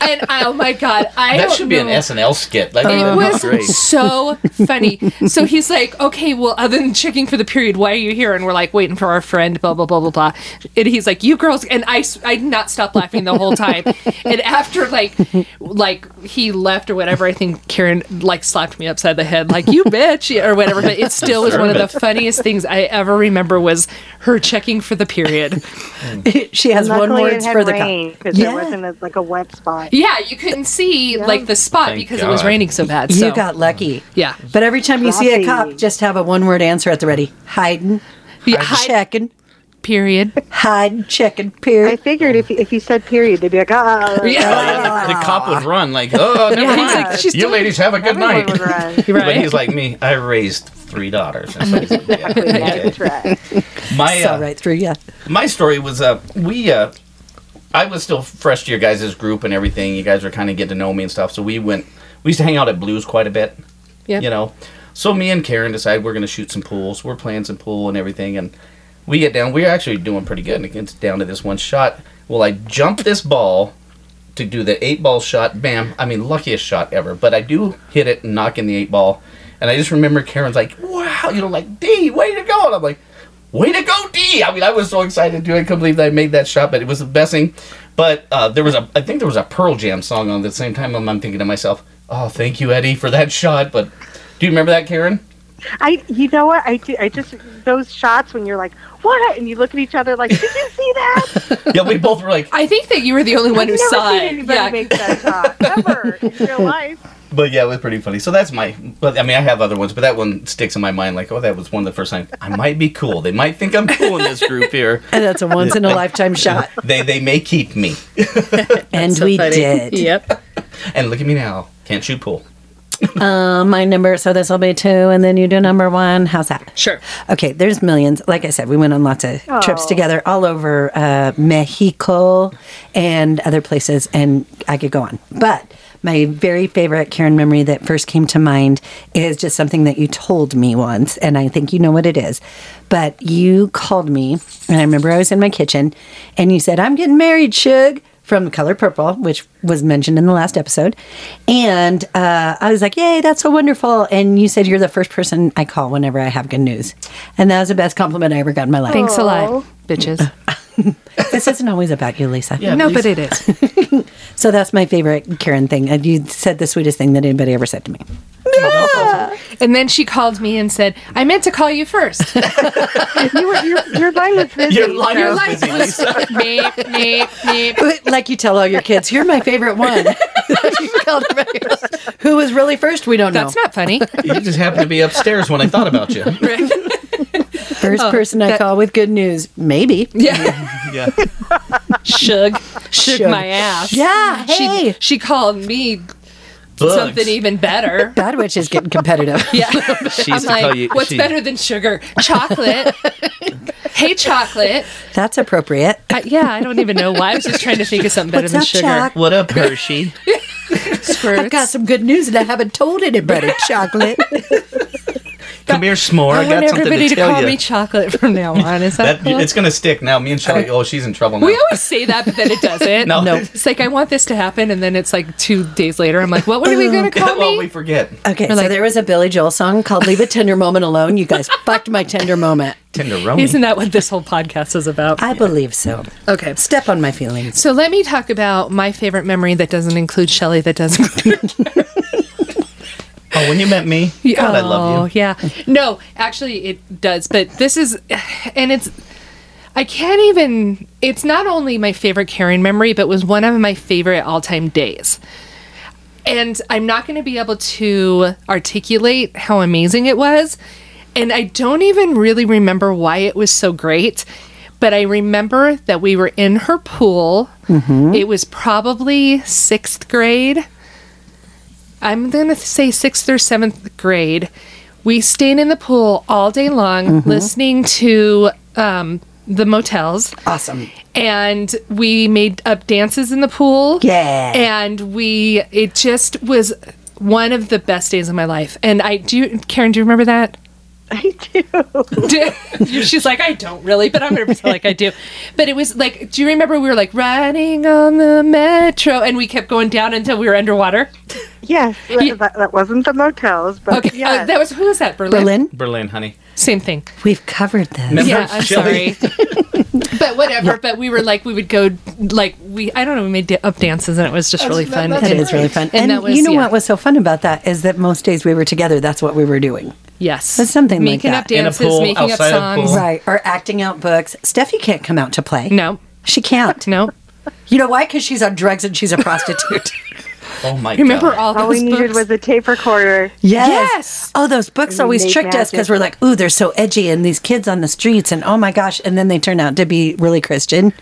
C: and oh my God, I
D: That
C: don't
D: should be an
C: know.
D: SNL skit. Like,
C: It
E: Uh-huh.
D: that
C: was
D: great.
C: so funny. So he's like, okay, well, other than checking for the period, why are you here? And we're like, waiting for our friend, blah, blah, blah, blah, blah. And he's like, you girls. And I, s- I did not stop laughing the whole time. and after like, like he left or whatever, I think Karen like slapped me upside the head, like, you bitch, or whatever. But it still was one of the funniest things I ever remember was her checking for the period.
E: she has one
F: Luckily,
E: word
F: it had
E: for the
F: rain
E: cop.
F: because
E: Yeah.
F: there wasn't a, like a wet spot.
C: Yeah, you couldn't see like the spot
D: Thank
C: because it was
D: God.
C: raining so bad.
E: You
C: So.
E: got lucky.
C: Yeah.
E: But every time you see a
F: Sloppy.
E: cop, just have a one word answer at the ready. Hiding,
C: Yeah, hide-
E: checking,
C: period.
E: hide, checking,
F: I
E: period.
F: figured if if you said period, they'd be like, ah, ah,
C: Yeah.
D: the cop would run like, oh, never
C: He's
D: mind.
C: like, she's
D: you ladies have a good
F: everyone
D: night.
F: would run.
C: Right.
D: But he's like me. I raised three daughters. And so he's like, yeah, okay.
F: That's right.
D: My
E: Saw
D: uh,
E: right through you.
D: my story was uh we uh I was still fresh to your guys' group and everything. You guys were kind of getting to know me and stuff. So we went. We used to hang out at Blues quite a bit.
C: Yeah.
D: You know. So me and Karen decide we're gonna shoot some pools. We're playing some pool and everything, and we get down. We're actually doing pretty good. And it gets down to this one shot. Well, I jump this ball to do the eight ball shot. Bam! I mean, luckiest shot ever. But I do hit it and knock in the eight ball. And I just remember Karen's like, "Wow!" You know, like D, way to go! And I'm like, "Way to go, D!" I mean, I was so excited to. I couldn't believe that I made that shot, but it was the best thing. But uh, there was a, I think there was a Pearl Jam song on at the same time. and I'm thinking to myself, "Oh, thank you, Eddie, for that shot." But do you remember that, Karen?
F: I, you know what? I, do, I just those shots when you're like, what? And you look at each other like, did you see that?
D: yeah, we both were like,
C: I think that you were the only one who
F: I've never
C: saw
F: seen
C: it.
F: anybody
C: Yeah.
F: make that shot ever in real life.
D: but yeah, it was pretty funny. So that's my. But I mean, I have other ones, but that one sticks in my mind. Like, oh, that was one of the first times I might be cool. They might think I'm cool in this group here.
E: And that's a once in a lifetime shot.
D: They they may keep me.
E: And
G: So
E: we
G: funny.
E: did.
G: Yep.
D: And look at me now, can't shoot pool.
E: Um, my number, so this will be two, and then you do number one. How's that?
G: Sure.
E: Okay, there's millions. Like I said, we went on lots of trips
F: Oh.
E: together all over uh, Mexico and other places, and I could go on. But my very favorite Karen memory that first came to mind is just something that you told me once, and I think you know what it is. But you called me, and I remember I was in my kitchen, and you said, I'm getting married, Shug. From Color Purple, which was mentioned in the last episode. And uh, I was like, Yay, that's so wonderful. And you said, You're the first person I call whenever I have good news. And that was the best compliment I ever got in my life.
C: Thanks a
F: Oh.
C: lot, bitches.
E: This isn't always about you, Lisa.
C: no, but it is.
E: So that's my favorite Karen thing. Uh, You said the sweetest thing that anybody ever said to me.
C: And then she called me and said, "I meant to call you first.
F: You were, your, your line was busy.
D: Your line
F: so-
C: Your life was neep, neep, neep.
E: But like you tell all your kids, you're my favorite one. You called her first. Who was really first? We don't know.
C: That's not funny.
D: You just happened to be upstairs when I thought about you.
E: first person I call with good news. Maybe.
C: Yeah,
D: Yeah.
C: shug, shook
E: Shug.
C: my ass.
E: Yeah. Hey.
C: She, she called me
D: Bugs.
C: something even better.
E: Bad witch is getting competitive.
C: Yeah.
D: She
C: I'm
D: used to call
C: like,
D: you.
C: what's
D: she-
C: better than sugar? Chocolate. hey, chocolate.
E: That's appropriate.
C: Uh, yeah, I don't even know why. I was just trying to think of something better
E: What's
C: than
E: up,
C: sugar.
E: Chuck?
D: What up, Hershey?
E: I've got some good news and I haven't told anybody. Chocolate.
D: Come here, s'more. I,
C: I want
D: got something
C: everybody
D: to
C: to,
D: tell
C: call
D: you.
C: me chocolate from now on. Is
D: that,
C: that, cool?
D: It's gonna stick now. Me and Shelly. Oh, she's in trouble now.
C: We always say that, but then it doesn't.
D: No. No.
C: It's like I want this to happen, and then it's like two days later. I'm like, what were we gonna call
D: well, Oh, we
C: me?
D: forget.
E: Okay,
C: Or
E: so
C: like-
E: there was a Billy Joel song called "Leave a Tender Moment Alone." You guys fucked my tender moment.
C: Isn't
D: Tenderoni.
C: that what this whole podcast is about?
E: I believe so.
C: Okay.
E: Step on my feelings.
C: So let me talk about my favorite memory that doesn't include Shelley. That doesn't. Include
D: Oh, when you met me, God, I love you.
C: Oh, Yeah. No, actually, it does. But this is, and it's, I can't even, it's not only my favorite Karen memory, but was one of my favorite all time days. And I'm not going to be able to articulate how amazing it was. And I don't even really remember why it was so great. But I remember that we were in her pool.
D: Mm-hmm.
C: It was probably sixth grade. I'm going to say sixth or seventh grade. We stayed in the pool all day long listening to um, the motels.
E: Awesome.
C: And we made up dances in the pool.
E: Yeah.
C: And we, it just was one of the best days of my life. And I do, Karen, do you remember that?
F: I do.
C: do- she's like, I don't really, but I'm gonna pretend like I do. But it was like, do you remember we were like riding on the metro and we kept going down until we were underwater?
F: Yes, that, that, that wasn't the motels, but
C: Okay,
F: yeah,
C: uh, that was who was that? Berlin.
E: Berlin,
D: Berlin, honey.
C: Same thing.
E: we've covered this.
D: Remember
C: Oh. Yeah, I'm
D: Shelley?
C: sorry. but whatever. But we were like, we would go like we I don't know. We made da- up dances and it was just really fun.
E: That
C: And-
E: is really fun.
C: And
E: And,
C: that was-
E: you know
C: yeah.
E: what was so fun about that is that most days we were together. That's what we were doing.
C: Yes,
E: That's something like
C: making up
E: that.
D: In a
C: dances,
D: pool,
C: making up
D: outside of a
C: songs.
D: pool.
E: Right. Or acting out books. Steffi can't come out to play.
C: No,
E: She can't.
C: no.
E: You know why? Because she's on drugs and she's a prostitute.
D: Oh my
C: Remember
D: God.
C: all those
F: all we needed
C: books?
F: was a tape recorder.
E: yes.
C: Yes.
E: Oh, those books
F: we
E: always
F: made
E: tricked us
F: magic.
E: because we're like, ooh, they're so edgy and these kids on the streets and oh my gosh. And then they turn out to be really Christian.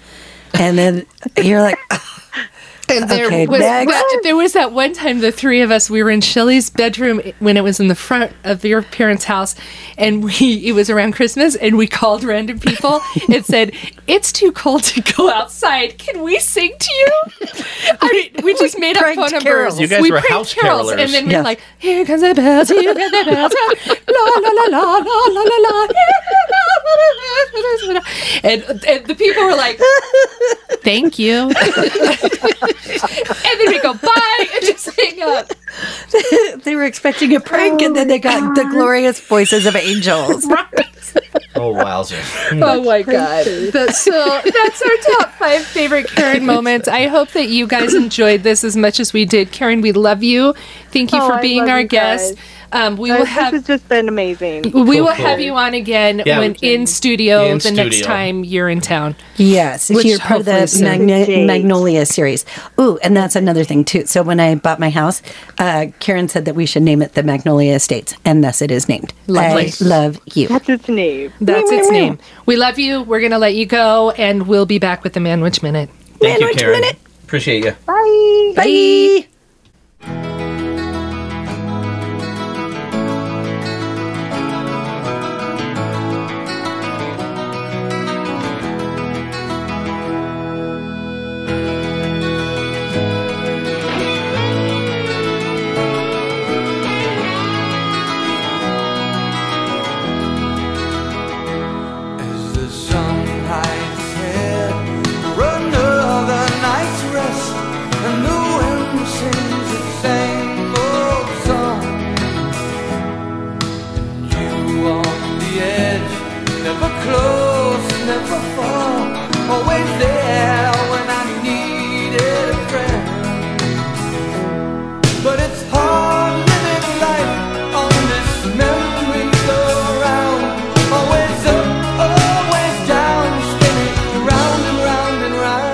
E: And then you're like,
C: And there
E: Okay,
C: was
E: next.
C: well, there was that one time the three of us we were in Shelley's bedroom when it was in the front of your parents' house, and we it was around Christmas, and we called random people and said, "It's too cold to go outside. Can we sing to you?" I mean, we just made up
E: pranked
C: phone numbers.
E: carols. You
D: guys
C: we
D: were
C: pranked
D: house
C: carols,
D: carolers.
C: and then we
E: Yeah.
C: we're like, "Here comes the bells, here comes the bells, la la la la la la la la la." and, and the people were like, thank you. and then we go, bye, and just hang up.
E: they were expecting a prank, and then they got the glorious voices of angels.
D: Oh, wowzer.
C: Oh my god! That's so. That's our top five favorite Karen moments. I hope that you guys enjoyed this as much as we did. Karen, we love you. Thank you
F: Oh,
C: for
F: I
C: being
F: love
C: our
F: you
C: guest.
F: guys.
C: Um, we will
F: This
C: have
F: has just been amazing.
C: we will
D: cool.
C: have you on again
D: Yeah.
C: when in studio
D: In
C: the next
D: studio.
C: time you're in town.
E: Yes, if
C: Which
E: you're part of
C: hopefully
E: the
C: soon.
E: Magna-
F: Date.
E: Magnolia series. Ooh, and that's another thing too. So when I bought my house, uh, Karen said that we should name it the Magnolia Estates, and thus it is named.
C: Lovely.
E: I love you.
F: That's its name.
C: That's
E: Meow,
C: its
E: meow,
C: name. We love you. We're gonna let you go, and we'll be back with the Manwich Minute.
D: Thank you,
E: Manwich
D: Karen.
E: Minute.
D: Appreciate you.
F: Bye.
E: Bye.
G: As the sun hides head for another night's rest, and the wind sings the same old song. You on the edge, never close, never fall, always there when I needed a friend. But it's hard living life on this memory around. Always up, always down, spinning round and round and round.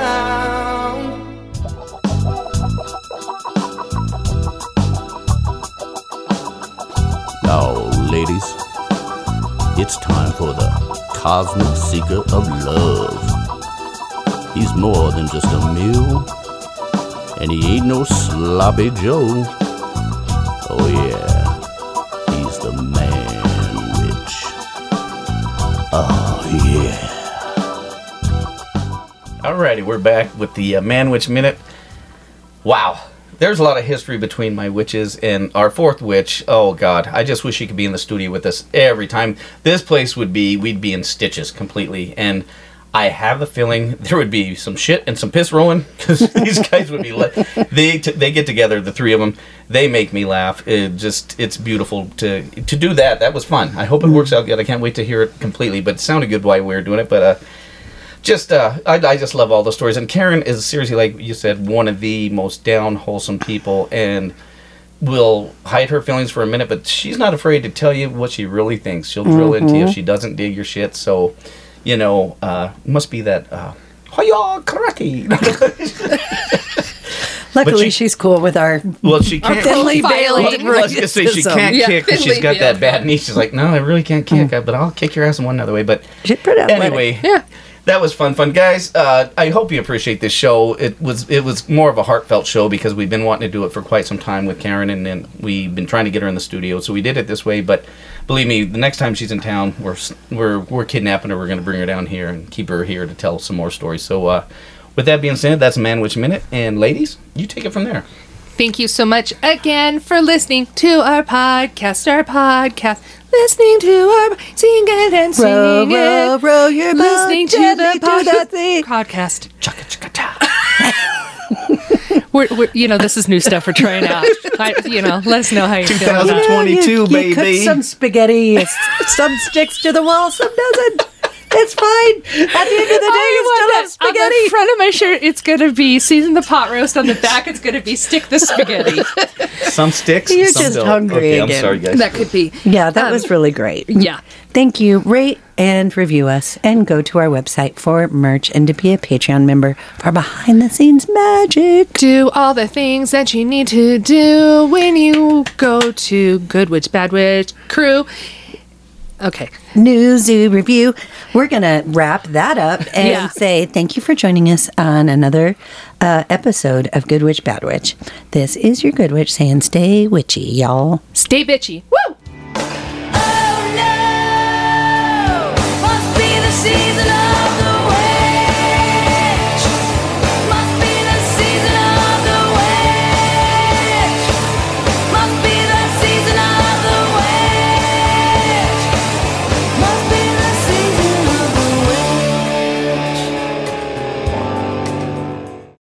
H: Now, ladies, it's time for the Cosmic Seeker of Love. He's more than just a mule, and he ain't no sloppy Joe. Oh, yeah, he's the man rich. Oh, yeah.
D: Alrighty, we're back with the uh, Man Witch Minute. Wow, there's a lot of history between my witches and our fourth witch. Oh God, I just wish she could be in the studio with us every time. This place would be, we'd be in stitches completely. And I have a feeling there would be some shit and some piss rolling because these guys would be. Li- they t- they get together, the three of them. They make me laugh. It just it's beautiful to to do that. That was fun. I hope it works out good. I can't wait to hear it completely. But it sounded good while we were doing it. But uh just uh, I, I just love all the stories. And Karen is seriously, like you said, one of the most down, wholesome people, and will hide her feelings for a minute, but she's not afraid to tell you what she really thinks. She'll drill into you if she doesn't dig your shit. So, you know, uh, must be that. Uh, Hiya, karate.
E: Luckily,
D: she-
E: she's cool with our
D: well, she can't.
E: thinly veiled
C: profiling.
D: Well, I was gonna say she
E: racism.
D: can't
C: Yeah,
D: kick because she's
C: thinly
D: got that
C: veiled.
D: bad knee. She's like, no, I really can't kick, uh, but I'll kick your ass in one other way. But
E: She's pretty athletic.
D: anyway,
C: Yeah.
D: that was fun, fun guys. Uh, I hope you appreciate this show. It was it was more of a heartfelt show because we've been wanting to do it for quite some time with Karen, and then we've been trying to get her in the studio, so we did it this way. But believe me, the next time she's in town, we're s- we're we're kidnapping her. We're going to bring her down here and keep her here to tell some more stories. So. Uh, with that being said, that's Man Witch Minute. And ladies, you take it from there.
C: Thank you so much again for listening to our podcast, our podcast, listening to our sing it and singing
E: row,
C: it,
E: row, row your boat
C: listening to the
E: gently to the sea.
C: pod- podcast. we're, we're, you know, this is new stuff we're trying out. I, you know, let us know how you feel. about it.
D: 22,
E: Oh, you, You cook
D: baby.
E: some spaghetti. s- some sticks to the wall. Some doesn't. It's fine. At the end of the day,
C: I
E: you
C: Oh,
E: still
C: want it.
E: have
C: On the
E: spaghetti.
C: front of my shirt, it's going to be season the pot roast. On the back, it's going to be stick the spaghetti.
D: Some sticks.
E: You're
D: some
E: just
D: don't.
E: hungry
D: okay,
E: again.
D: I'm sorry, guys.
C: that could be.
E: Yeah, that
C: Um,
E: was really great.
C: Yeah.
E: Thank you. Rate and review us and go to our website for merch and to be a Patreon member for behind the scenes magic.
C: do all the things that you need to do when you go to Good Witch, Bad Witch, Crew. Okay.
E: New Zoo Review. We're going to wrap that up and
C: Yeah.
E: say thank you for joining us on another uh, episode of Good Witch, Bad Witch. This is your Good Witch saying stay witchy, y'all.
C: Stay bitchy.